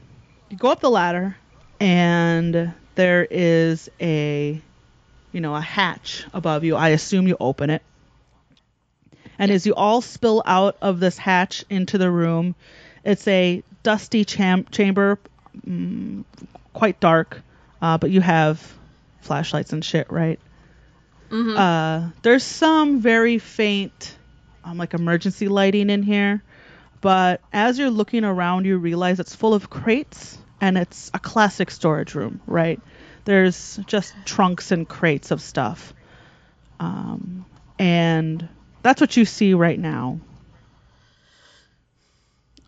B: you go up the ladder and there is a you know a hatch above you. I assume you open it. And as you all spill out of this hatch into the room, it's a dusty cham- chamber, mm, quite dark, uh, but you have flashlights and shit, right? Uh, there's some very faint, um, like emergency lighting in here but as you're looking around you realize it's full of crates and it's a classic storage room right there's just trunks and crates of stuff um, and that's what you see right now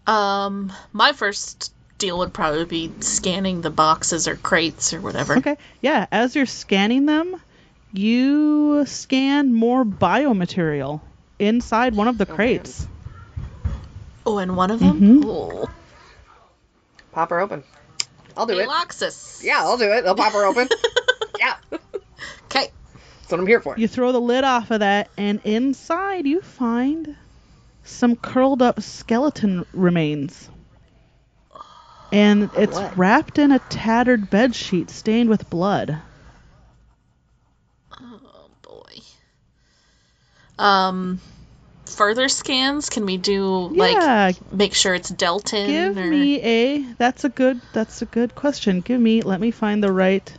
C: Um, my first deal would probably be scanning the boxes or crates or whatever.
B: okay yeah as you're scanning them you scan more biomaterial inside one of the crates
C: Oh, and one of them.
B: Mhm.
C: Ooh.
D: Pop her open. I'll do
C: Hey,
D: it.
C: Loxus.
D: Yeah, I'll do it. I'll pop her *laughs* open. yeah. That's
C: *laughs* Okay.
D: what I'm here for.
B: You throw the lid off of that, and inside you find some curled up skeleton remains. And it's
D: What?
B: wrapped in a tattered bed sheet stained with blood.
C: Oh boy. Um, further scans. Can we do like
B: yeah,
C: make sure it's Delton?
B: give
C: or...
B: me a. That's a good. That's a good question. Give me. Let me find the right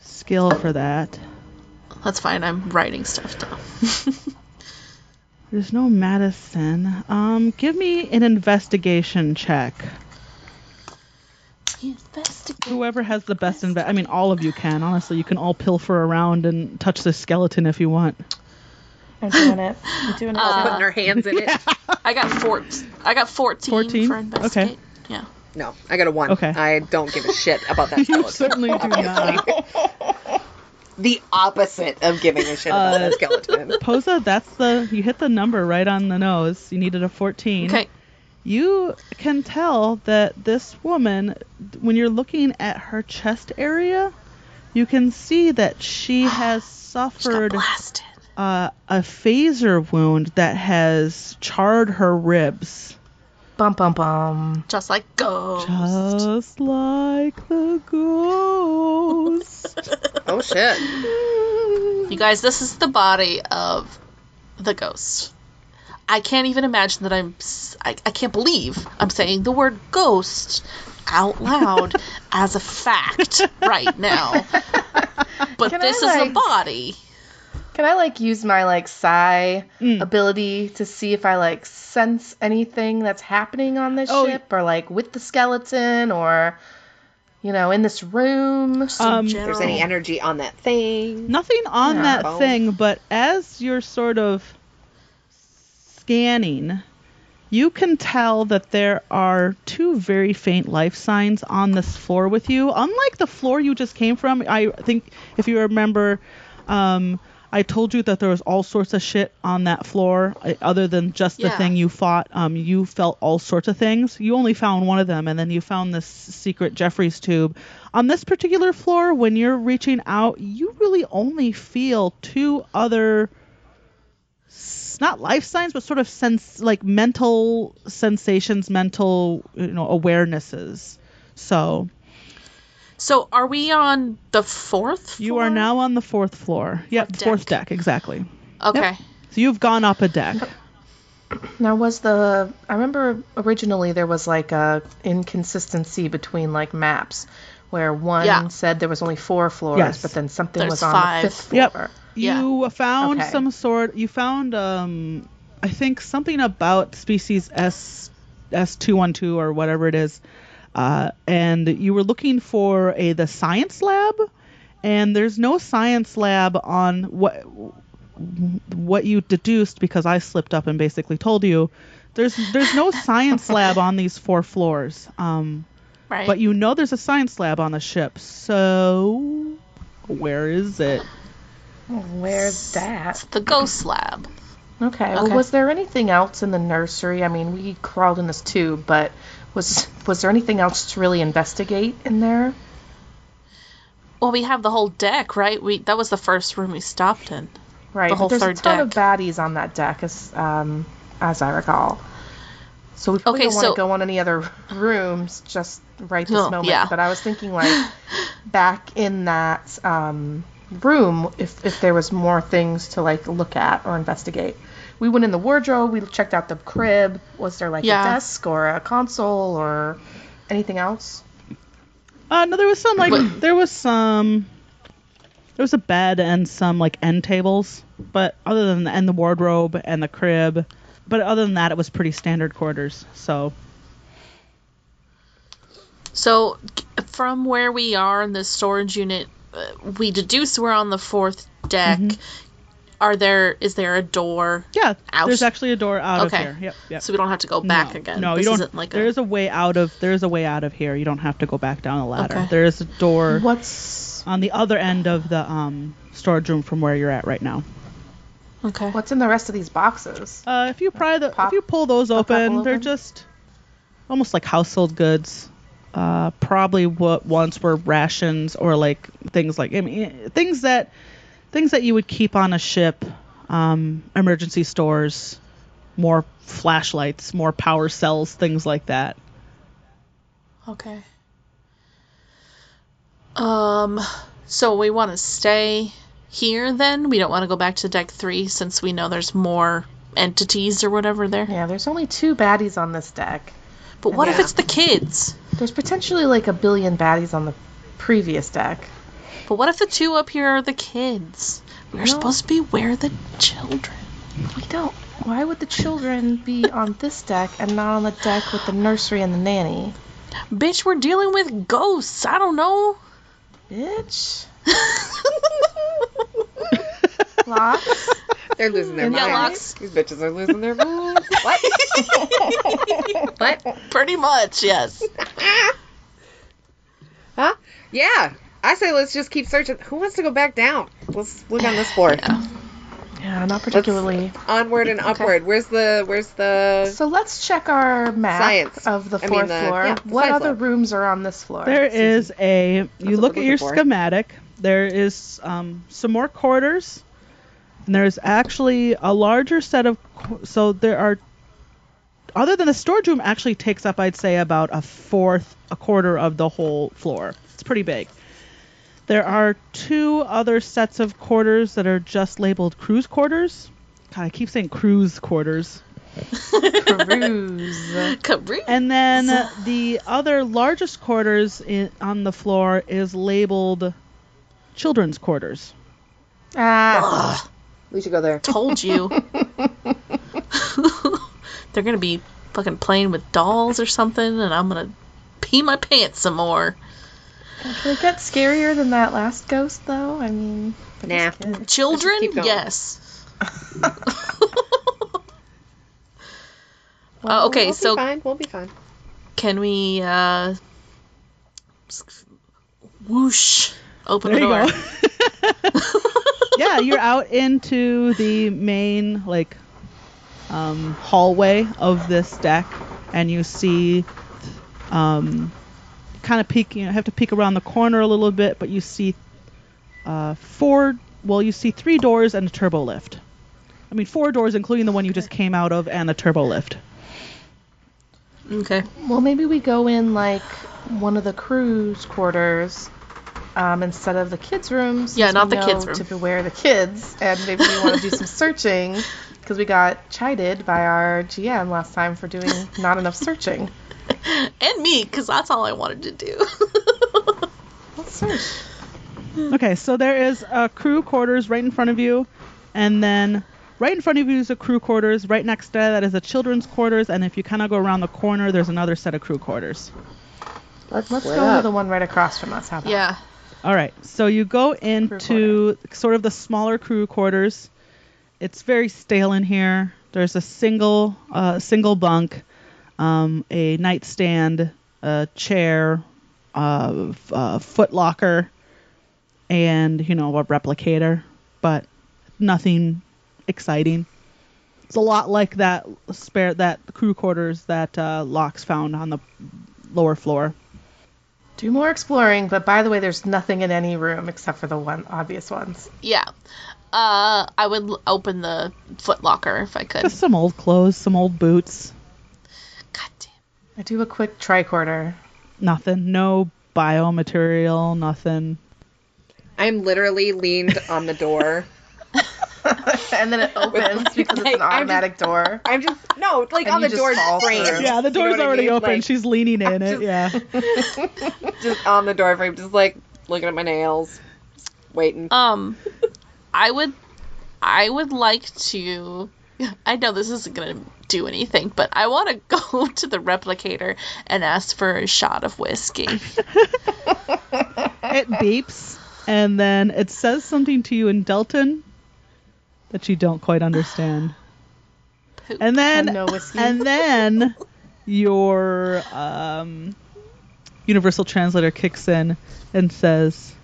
B: skill for that.
C: That's fine. I'm writing stuff down. *laughs*
B: There's no medicine. Um, give me an investigation check.
C: Investigate.
B: Whoever has the best inve- I mean, all of you can. Honestly, you can all pilfer around and touch the skeleton if you want.
A: I'm doing it. I'm doing it.
B: Uh,
D: Putting her hands in it.
C: I got four. I got fourteen,
B: 14?
C: for investigate.
B: Okay.
C: Yeah.
D: No, I got a one.
B: Okay.
D: I don't give a shit about
B: *laughs*
D: that
B: *laughs* you
D: skeleton.
B: certainly do not.
D: the opposite of giving a shit about
B: Uh,
D: that
B: *laughs*
D: skeleton.
B: *laughs* Posa, that's the you hit the number right on the nose. You needed a 14.
C: Okay.
B: You can tell that this woman when you're looking at her chest area, you can see that she has
C: Got
B: suffered
C: blasted.
B: uh, a phaser wound that has charred her ribs.
A: bum bum bum.
C: Just like ghost.
B: Just like the ghost.
C: *laughs*
D: Oh shit.
C: You guys, this is the body of the ghost. I can't even imagine that I'm. s- I, I can't believe I'm saying the word ghost out loud as a fact right now.
D: *laughs*
C: But
A: Can I,
C: this is a
A: like-
C: body.
A: Can I like use my like psi ability to see if I like sense anything that's happening on this
B: Oh, y-
A: ship or like with the skeleton or you know in this room?
C: Um,
B: if
D: There's any energy on that thing.
B: *laughs* Nothing on
A: Yeah.
B: that
D: Oh.
B: thing, but as you're sort of scanning, you can tell that there are two very faint life signs on this floor with you. Unlike the floor you just came from, I think if you remember, um, I told you that there was all sorts of shit on that floor uh, other than just the
C: Yeah.
B: thing you fought. Um, you felt all sorts of things. You only found one of them, and then you found this secret Jeffrey's tube. On this particular floor, when you're reaching out, you really only feel two other s- not life signs, but sort of sense like mental sensations, mental you know awarenesses. So
C: So are we on the fourth?
B: you
C: floor?
B: are now on the fourth floor. Yep,
C: Fourth
B: fourth deck exactly.
C: Okay.
B: So you've gone up a deck.
A: Now was the I remember originally there was like a inconsistency between like maps where one
C: Yeah.
A: said there was only four floors,
B: Yes.
A: but then something
C: There's
A: was on
C: five.
A: the fifth
B: Yep.
A: floor.
C: Yeah.
B: You uh, found
A: Okay.
B: some sort. You found um, I think something about species S S two one two or whatever it is, uh, and you were looking for a the science lab, and there's no science lab on what what you deduced because I slipped up and basically told you. There's there's no science lab on these four floors. Um,
C: Right.
B: but you know there's a science lab on the ship, so where is it?
A: Where's that?
C: It's the ghost lab.
A: Okay. Well,
C: Okay.
A: was there anything else in the nursery? I mean, we crawled in this tube, but was was there anything else to really investigate in there?
C: Well, we have the whole deck, right? We that was the first room we stopped in.
A: Right.
C: The
A: but
C: whole
A: there's
C: third
A: a ton of
C: deck.
A: baddies on that deck, as um, as I recall. So we probably
C: Okay,
A: don't want to
C: so-
A: go on any other rooms just right this
C: No,
A: moment.
C: yeah.
A: But I was thinking
C: *laughs*
A: like back in that um, room, if if there was more things to like look at or investigate. We went in the wardrobe. We checked out the crib. Was there like
C: Yeah.
A: a desk or a console or anything else?
B: Uh, no, there was some like there was some there was a bed and some like end tables, but other than and the wardrobe and the crib, but other than that it was pretty standard quarters. So
C: So g- from where we are in this storage unit, uh, we deduce we're on the fourth deck.
B: Mm-hmm.
C: Are there is there a door
B: yeah,
C: Out.
B: there's actually a door out
C: Okay.
B: of here. Yep, yep.
C: so we don't have to go back
B: no,
C: again?
B: No,
C: this
B: you don't.
C: Isn't like
B: there
C: a,
B: is a way out of there is a way out of here. You don't have to go back down the ladder.
C: Okay.
B: There is a door
A: What's
B: on the other end of the um, storage room from where you're at right now.
C: okay.
A: what's in the rest of these boxes?
B: Uh, if you pry the,
A: Pop-
B: if you pull those
A: pop
B: open,
A: couple
B: they're
A: open?
B: just almost like household goods. Uh, probably what once were rations or like things like I mean things that things that you would keep on a ship, um, emergency stores, more flashlights, more power cells, things like that.
C: Okay. Um, so we want to stay here then? We don't want to go back to deck three since we know there's more entities or whatever there.
A: Yeah, there's only two baddies on this deck.
C: But what if
A: Yeah.
C: it's the kids?
A: There's potentially like a billion baddies on the previous deck.
C: But what if the two up here are the kids? We're supposed to be where the children.
A: We don't. Why would the children be on this deck and not on the deck with the nursery and the nanny?
C: Bitch, we're dealing with ghosts. I don't know. *laughs*
A: Bitch. Locks.
D: They're losing their
A: Yeah,
D: minds.
C: Locks.
D: These bitches are losing
A: *laughs*
D: their *laughs* minds. What? what?
C: Pretty much, yes.
D: *laughs* Huh? Yeah. I say let's just keep searching. Who wants to go back down? Let's look on *sighs* this board.
A: Yeah, not particularly.
D: Onward and upward. Where's the where's the
A: So let's check our map
D: uh, Science.
A: of the
D: I mean,
A: fourth
D: the-
A: floor.
D: yeah, the
A: what
D: science
A: other
D: lab.
A: rooms are on this floor?
B: There is a. You
D: what
B: look
D: we're
B: at your
D: looking for.
B: schematic. There is um, some more quarters, and there's actually a larger set of. qu- So there are. Other than the storage room, actually takes up, I'd say, about a fourth, a quarter of the whole floor. It's pretty big. There are two other sets of quarters that are just labeled cruise quarters. God, I keep saying cruise quarters.
A: *laughs* Peruse.
C: Kabri-
B: And then uh, the other largest quarters in, on the floor is labeled children's quarters.
A: ah. *gasps* We should go there. *laughs*
C: Told you. They're gonna be fucking playing with dolls or something, and I'm gonna pee my pants some more.
A: Can it get scarier than that last ghost, though? I mean, but
D: Nah.
A: this kid-
C: Children?
D: keep going.
C: Yes.
D: Well,
C: Oh, Uh, okay,
D: we'll
C: so-
D: be fine. We'll be fine.
C: Can we uh s- whoosh open
B: There
C: the
B: you
C: door?
B: go. *laughs* yeah, you're out into the main like um, hallway of this deck, and you see um, kind of peek. You know, have to peek around the corner a little bit, but you see uh, four. Well, you see three doors and a turbo lift. I mean, four doors, including the one you just came out of, and the turbo lift.
C: *laughs* Okay.
A: Well, maybe we go in like one of the crew's quarters um, instead of the kids' rooms.
C: Yeah,
A: since
C: not
A: we
C: the kids'
A: know
C: room.
A: To beware the kids, and maybe we want to *laughs* do some searching because we got chided by our GM last time for doing not enough searching.
C: *laughs* And me, because that's all I wanted to do. *laughs*
A: Let's search.
B: *laughs* Okay, so there is a crew quarters right in front of you, and then right in front of you is a crew quarters. Right next to that is a children's quarters, and if you kind of go around the corner, there's another set of crew quarters.
A: Let's,
D: split
A: go to
D: up.
A: the one right across from us. How about?
C: yeah.
B: All right, so you go into sort of the smaller crew quarters. It's very stale in here. There's a single, uh, single bunk, um, a nightstand, a chair, a, a foot locker, and you know a replicator, but nothing exciting. It's a lot like that spare that crew quarters that uh, Locks found on the lower floor.
A: Do more exploring, but by the way, there's nothing in any room except for the one obvious ones.
C: Yeah. Uh, I would l- open the foot locker if I could.
B: Just some old clothes, some old boots.
C: *laughs* God damn.
A: I do a quick tricorder.
B: Nothing. No biomaterial, nothing.
D: I'm literally leaned on the door.
A: *laughs* and *laughs* then it opens because it's an
D: I'm just-
A: automatic door.
D: *laughs* I'm just no, like
A: And
D: on
A: you
D: the
A: just
D: door
A: fall
D: frame.
A: through.
B: Yeah, the
D: You know
B: door's
D: what I
B: already
D: mean?
B: open.
D: Like,
B: She's leaning in it. Yeah.
D: *laughs* just on the door frame, just like looking at my nails, waiting.
C: Um, I would, I would like to. I know this isn't gonna do anything, but I want to *laughs* go to the replicator and ask for a shot of whiskey. *laughs*
B: It beeps, and then it says something to you in Delton that you don't quite understand.
C: Poop.
B: And then,
A: And *laughs* no whiskey.
B: and then your um, universal translator kicks in and says,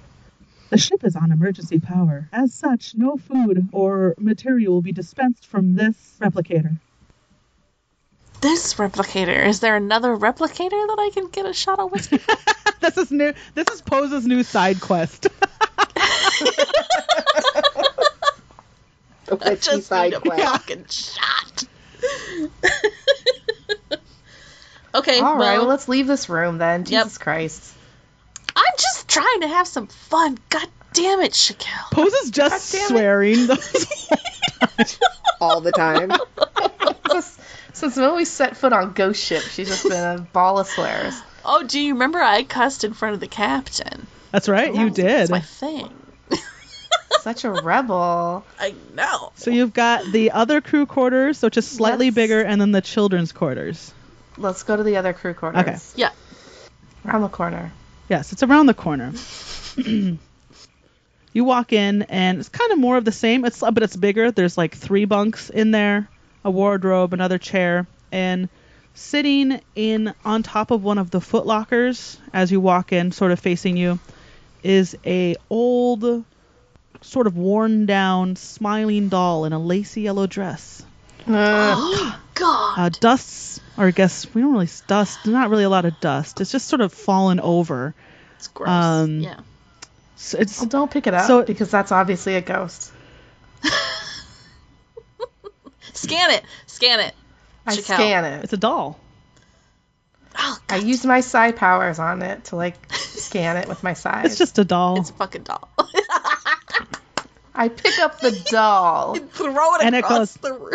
B: "The ship is on emergency power. As such, no food or material will be dispensed from this replicator."
C: this replicator. Is there another replicator that I can get a shot of whiskey?
B: *laughs* This is new. This is Pose's new side quest. *laughs*
D: The
A: *laughs*
C: I
D: witchy
C: just
D: side
C: need a
D: quest.
C: fucking shot. okay.
A: All right, well,
C: well,
A: let's leave this room then.
C: Yep.
A: Jesus Christ.
C: I'm just trying to have some fun. God damn
B: *laughs*
C: it, Shaquille.
B: Pose's just
A: God damn it.
B: swearing. *laughs* Those-
D: all the time.
A: Since- Since the moment we set foot on Ghost Ship, she's just been
C: *laughs*
A: a ball of slurs.
C: *laughs* Oh, do you remember I cussed in front of the captain?
B: That's right. You did.
C: That's my thing.
A: Such a rebel.
C: *laughs* I know.
B: So you've got the other crew quarters, which is slightly
A: Let's-
B: bigger, and then the children's quarters.
A: Let's go to the other crew quarters.
B: Okay.
C: Yeah.
A: Around the corner.
B: Yes, it's around the corner. *clears throat* you walk in, and it's kind of more of the same. It's but it's bigger. There's like three bunks in there, a wardrobe, another chair, and sitting in on top of one of the foot lockers as you walk in, sort of facing you, is a old, sort of worn down, smiling doll in a lacy yellow dress.
A: Uh,
C: God.
B: uh, dusts, or I guess we don't really dust. There's not really a lot of dust. It's just sort of fallen over.
C: It's gross.
B: um,
C: yeah. *laughs*
B: So it's
A: well, don't pick it up
B: So-
A: because that's obviously a ghost.
C: Scan it. Scan it. *laughs*
A: I
C: Check out.
A: scan it.
B: it's a doll.
C: Oh,
A: I
C: God.
A: used my psi powers on it to like scan it with my size.
B: It's just a doll,
C: It's a fucking doll. *laughs*
A: I pick up the
C: *laughs*
A: doll. *laughs*
C: Throw it
B: And it
C: across
B: goes,
C: the room.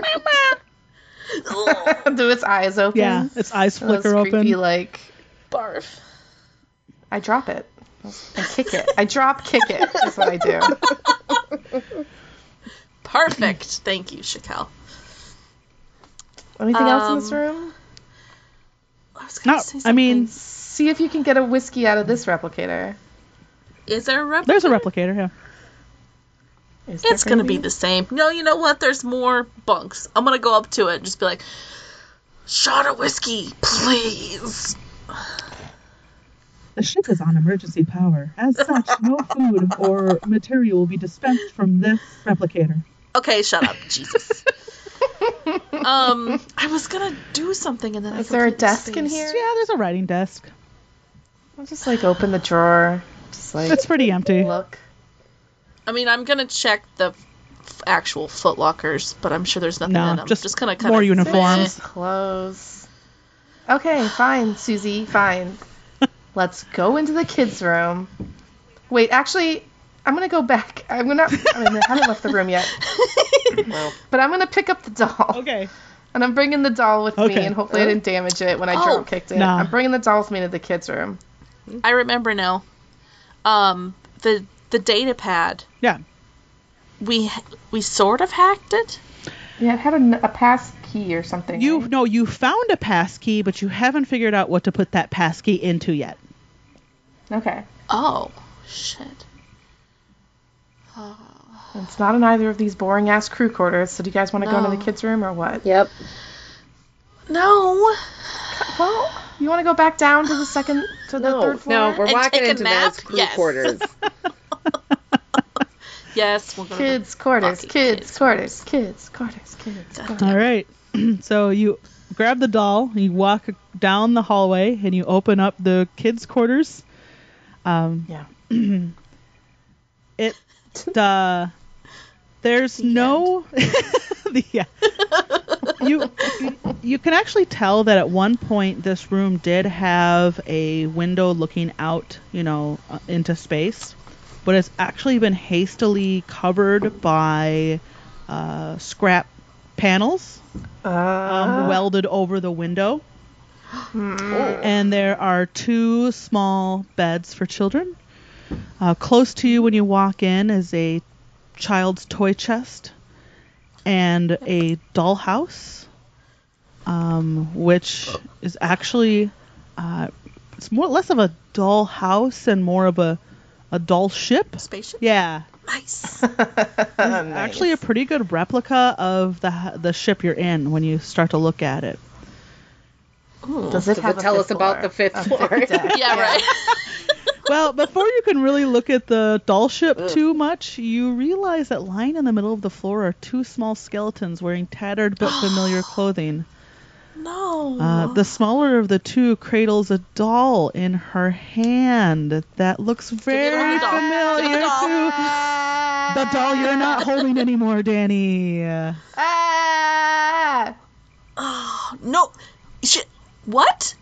C: Ugh,
A: Do its eyes open?
B: Yeah, its eyes
A: And those
B: flicker open.
A: creepy, like
C: Barf.
A: I drop it. I kick it. I drop kick it. That's what I
C: *laughs*
A: do.
C: Perfect. Thank you, Shaquille.
A: Anything else in this
C: Um,
A: room?
C: I was gonna
B: No,
C: say
B: I mean,
C: something.
A: See if you can get a whiskey out of this replicator.
C: is there a replica?
B: there's a replicator. Yeah.
A: Is there
C: It's gonna be the same. No, you know what? There's more bunks. I'm gonna go up to it and just be like, Shot of whiskey, please.
B: The ship is on emergency power. As such, no food or material will be dispensed from this replicator.
C: Okay, shut up, *laughs* Jesus. *laughs* um, I was gonna do something and then I
A: Is there a
C: completely
A: desk in
C: spaced.
A: here?
B: Yeah, there's a writing desk.
A: I'll just like open the drawer, just like
B: It's pretty empty.
A: look.
C: I mean, I'm gonna check the f- actual Foot Lockers, but I'm sure there's nothing
B: No,
C: in them.
B: just
C: just gonna kind
B: more
C: of
B: uniforms.
A: Clothes. Okay, fine, Susie,
B: *laughs*
A: fine. Let's go into the kids' room. Wait, actually, I'm gonna go back. I'm gonna. I, mean, I haven't left the room yet, but I'm gonna pick up the doll,
B: Okay.
A: and I'm bringing the doll with me,
B: Okay.
A: and hopefully I didn't damage it when I
C: Oh.
A: drop kicked it.
B: Nah.
A: I'm bringing the doll with me to the kids' room.
C: *laughs* I remember now. Um, the the data pad.
B: Yeah.
C: We we sort of hacked it.
A: Yeah, it had a, a pass key or something.
B: You
A: right?
B: no, you found a passkey, but you haven't figured out what to put that passkey into yet. *laughs*
A: okay?
C: Oh shit.
A: It's not in either of these boring ass crew quarters. So do you guys want to go into
C: No.
A: the kids' room or what?
D: Yep.
C: No.
A: Well, you want to go back down to the second to the
D: No,
A: third floor?
D: no, we're
C: And
D: walking
C: take a
D: into
C: nap?
D: those crew
C: Yes.
D: quarters.
C: Yes, we'll go. to the-
A: Kids quarters,
C: Lucky
A: kids
C: kids
A: quarters, kids quarters, kids.
C: God
A: quarters.
B: All right. *clears throat* so you grab the doll, you walk down the hallway, and you open up the kids' quarters. Um,
A: Yeah.
B: it uh, there's no *laughs* the- yeah. you you can actually tell that at one point this room did have a window looking out, you know, uh, into space, but it's actually been hastily covered by uh, scrap panels
A: Uh,
B: um,
A: Ah.
B: welded over the window.
A: hmm.
B: And there are two small beds for children. Uh, close to you when you walk in is a child's toy chest and a dollhouse, um, which is actually uh, it's more less of a dollhouse and more of a a doll ship.
C: Spaceship.
B: Yeah,
C: Nice.
B: actually a pretty good replica of the the ship you're in when you start to look at it.
C: Ooh.
A: Does it
D: Does
A: have
D: it
A: a
D: tell
A: fifth
D: us about the
A: floor? *laughs*
D: fifth floor?
C: *laughs* Yeah, right.
B: well, before you can really look at the doll ship too much, you realize that lying in the middle of the floor are two small skeletons wearing tattered
C: *gasps*
B: but familiar clothing.
C: Oh, no. *gasps*
B: Uh, the smaller of the two cradles a doll in her hand that looks
C: me the
B: very
C: doll. Give me
B: familiar
C: the doll.
B: to the doll you're not holding anymore, Danny.
A: Ah!
C: Oh, no. Shit. What?